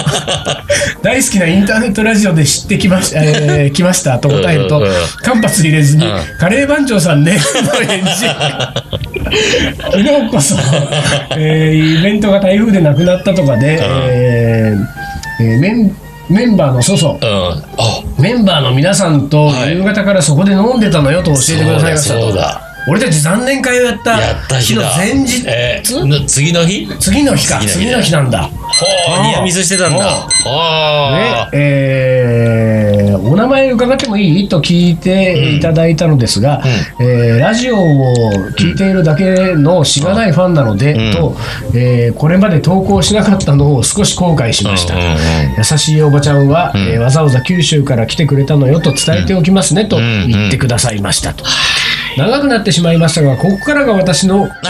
[SPEAKER 1] 大好きなインターネットラジオで知ってきました,、えー来ましたと答えると、
[SPEAKER 2] うんうんうん
[SPEAKER 1] 間髪入れずに、
[SPEAKER 2] うん
[SPEAKER 1] カレー番長さ んねの返事 昨日こそ、えーイベントが台風でなくなったとかで、えーえーメンメンバーのそうそう
[SPEAKER 2] うん。あ
[SPEAKER 1] メンバーの皆さんと
[SPEAKER 2] はい
[SPEAKER 1] 夕方からそこで飲んでたのよと教えてくださいました
[SPEAKER 2] そうだそう
[SPEAKER 1] と
[SPEAKER 2] だ
[SPEAKER 1] 俺たち残年会をやった
[SPEAKER 2] やった
[SPEAKER 1] 日
[SPEAKER 2] 日
[SPEAKER 1] の
[SPEAKER 2] だ。
[SPEAKER 1] 前日、
[SPEAKER 2] えーの次の日ほ
[SPEAKER 1] 次の日か次
[SPEAKER 2] 次
[SPEAKER 1] の
[SPEAKER 2] の
[SPEAKER 1] 日
[SPEAKER 2] 日
[SPEAKER 1] なんだ
[SPEAKER 2] う、ニアミスしてたんだ。
[SPEAKER 1] ね
[SPEAKER 2] ああ。
[SPEAKER 1] えーお名前伺ってもいいと聞いていただいたのですが、えーラジオを聞いているだけの知らないファンなので、
[SPEAKER 2] うん
[SPEAKER 1] と、えーこれまで投稿しなかったのを少し後悔しました。優しいおばちゃんは、えーわざわざ九州から来てくれたのよと伝えておきますねと
[SPEAKER 2] うん
[SPEAKER 1] 言ってくださいましたと。長くなってしまいましたが、ここからが私 の、えー、カ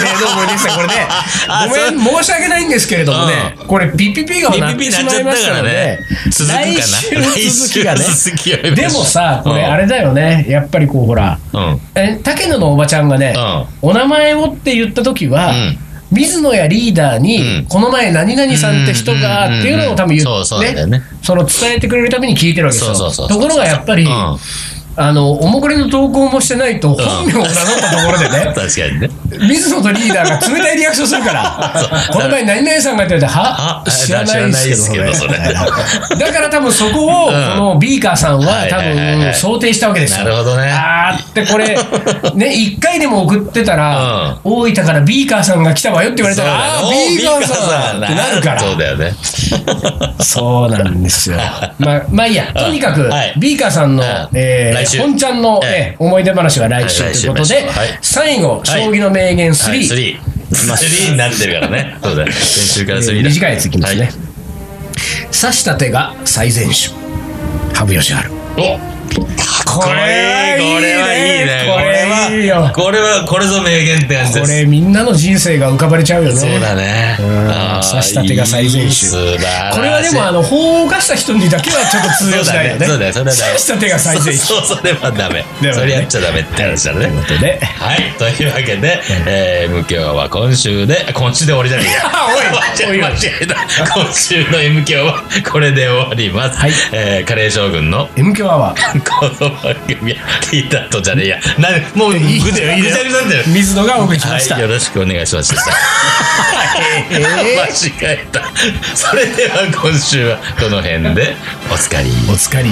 [SPEAKER 1] レーの思い出でした。これね
[SPEAKER 2] あ、
[SPEAKER 1] ごめん、申し訳ないんですけれどもね、これ、ピッピピがなってしまいましたので、
[SPEAKER 2] 続くかな。
[SPEAKER 1] 来週続きがね。
[SPEAKER 2] 来週続きは
[SPEAKER 1] でもさ、これ、あ
[SPEAKER 2] れ。
[SPEAKER 1] れだよね、やっぱりこう、ほら、
[SPEAKER 2] うん。うん。
[SPEAKER 1] え竹野のおばちゃんがね、お名前をって言った時は、
[SPEAKER 2] うん
[SPEAKER 1] 水野やリーダーに、
[SPEAKER 2] うん
[SPEAKER 1] この前何々さんって人が
[SPEAKER 2] うんうん
[SPEAKER 1] っ
[SPEAKER 2] うんうん
[SPEAKER 1] ていうのを多分言
[SPEAKER 2] そうそうだ
[SPEAKER 1] って、
[SPEAKER 2] よね
[SPEAKER 1] その伝えてくれるために聞いてるわけですよ
[SPEAKER 2] そうそうそう
[SPEAKER 1] ところがやっぱり、
[SPEAKER 2] うん
[SPEAKER 1] あのおもくれの投稿もしてないと本名を名乗ったところでね、
[SPEAKER 2] 確かにね。
[SPEAKER 1] 水野とリーダーが冷たいリアクションするから、この前、何々さんがやってて、は
[SPEAKER 2] あ
[SPEAKER 1] 知らないですけど、
[SPEAKER 2] 知らないです
[SPEAKER 1] それだから多分そこを、このビーカーさんは多
[SPEAKER 2] はいはいはいは
[SPEAKER 1] 分
[SPEAKER 2] い
[SPEAKER 1] 想定したわけですよ。
[SPEAKER 2] なるほどね
[SPEAKER 1] あーって、これ、ね、1回でも送ってたら、大分からビーカーさんが来たわよって言われたら、あ
[SPEAKER 2] そ
[SPEAKER 1] ー
[SPEAKER 2] うだよ
[SPEAKER 1] ビーカーさんってなるか
[SPEAKER 2] そう
[SPEAKER 1] ら。
[SPEAKER 2] だよね。
[SPEAKER 1] そうなんですよ。まあ、まあいいや、とにかく、
[SPEAKER 2] はい
[SPEAKER 1] ビーカーさんの、
[SPEAKER 2] うん
[SPEAKER 1] えー
[SPEAKER 2] 来週
[SPEAKER 1] 本ちゃんの、
[SPEAKER 2] え
[SPEAKER 1] ね思い出話は来週
[SPEAKER 2] はい来
[SPEAKER 1] と
[SPEAKER 2] 週
[SPEAKER 1] いうこと
[SPEAKER 2] 来
[SPEAKER 1] で、
[SPEAKER 2] 週はい
[SPEAKER 1] 最後、将棋の名言3。
[SPEAKER 2] はい、スリー。スリーになってるからね。そうだよ。先週からスリーだ。
[SPEAKER 1] 短いやついきますね、
[SPEAKER 2] はい
[SPEAKER 1] 刺した手が最善手羽生善治
[SPEAKER 2] おこれこれはいいね
[SPEAKER 1] こ
[SPEAKER 2] これ
[SPEAKER 1] れはいいよ
[SPEAKER 2] はこれはこれぞ名言って感じで
[SPEAKER 1] こ
[SPEAKER 2] す
[SPEAKER 1] れみんなの人生が浮かばれちゃうよね
[SPEAKER 2] そうだね
[SPEAKER 1] ん
[SPEAKER 2] あー
[SPEAKER 1] 刺した手が最善手
[SPEAKER 2] いい素晴らしい
[SPEAKER 1] これはでもあの法を犯した人にだけはちょっと通
[SPEAKER 2] そ
[SPEAKER 1] 用
[SPEAKER 2] う
[SPEAKER 1] し
[SPEAKER 2] だ
[SPEAKER 1] ないよ
[SPEAKER 2] ね
[SPEAKER 1] ね
[SPEAKER 2] そうだねそれ は
[SPEAKER 1] 刺
[SPEAKER 2] ダメ
[SPEAKER 1] した手が最善
[SPEAKER 2] そうそうそれはダメ
[SPEAKER 1] だよね
[SPEAKER 2] それやっちゃダメって話だね
[SPEAKER 1] 手で
[SPEAKER 2] はいというわけでえー M 響は今週で今週で終わり じゃないや
[SPEAKER 1] おいおいおい
[SPEAKER 2] 間違えた今週の M 響はこれで終わります
[SPEAKER 1] はい
[SPEAKER 2] えーカレー将軍の
[SPEAKER 1] M 響アワー
[SPEAKER 2] この番組は聞いた後じゃねえや。なんもうぐ
[SPEAKER 1] いいよ
[SPEAKER 2] ぐちゃぐちゃになってる。
[SPEAKER 1] 水野がお送りしました、
[SPEAKER 2] はい、よろしくお願いし ました。 間違えた。それでは今週はこの辺でおつかり。
[SPEAKER 1] お疲れ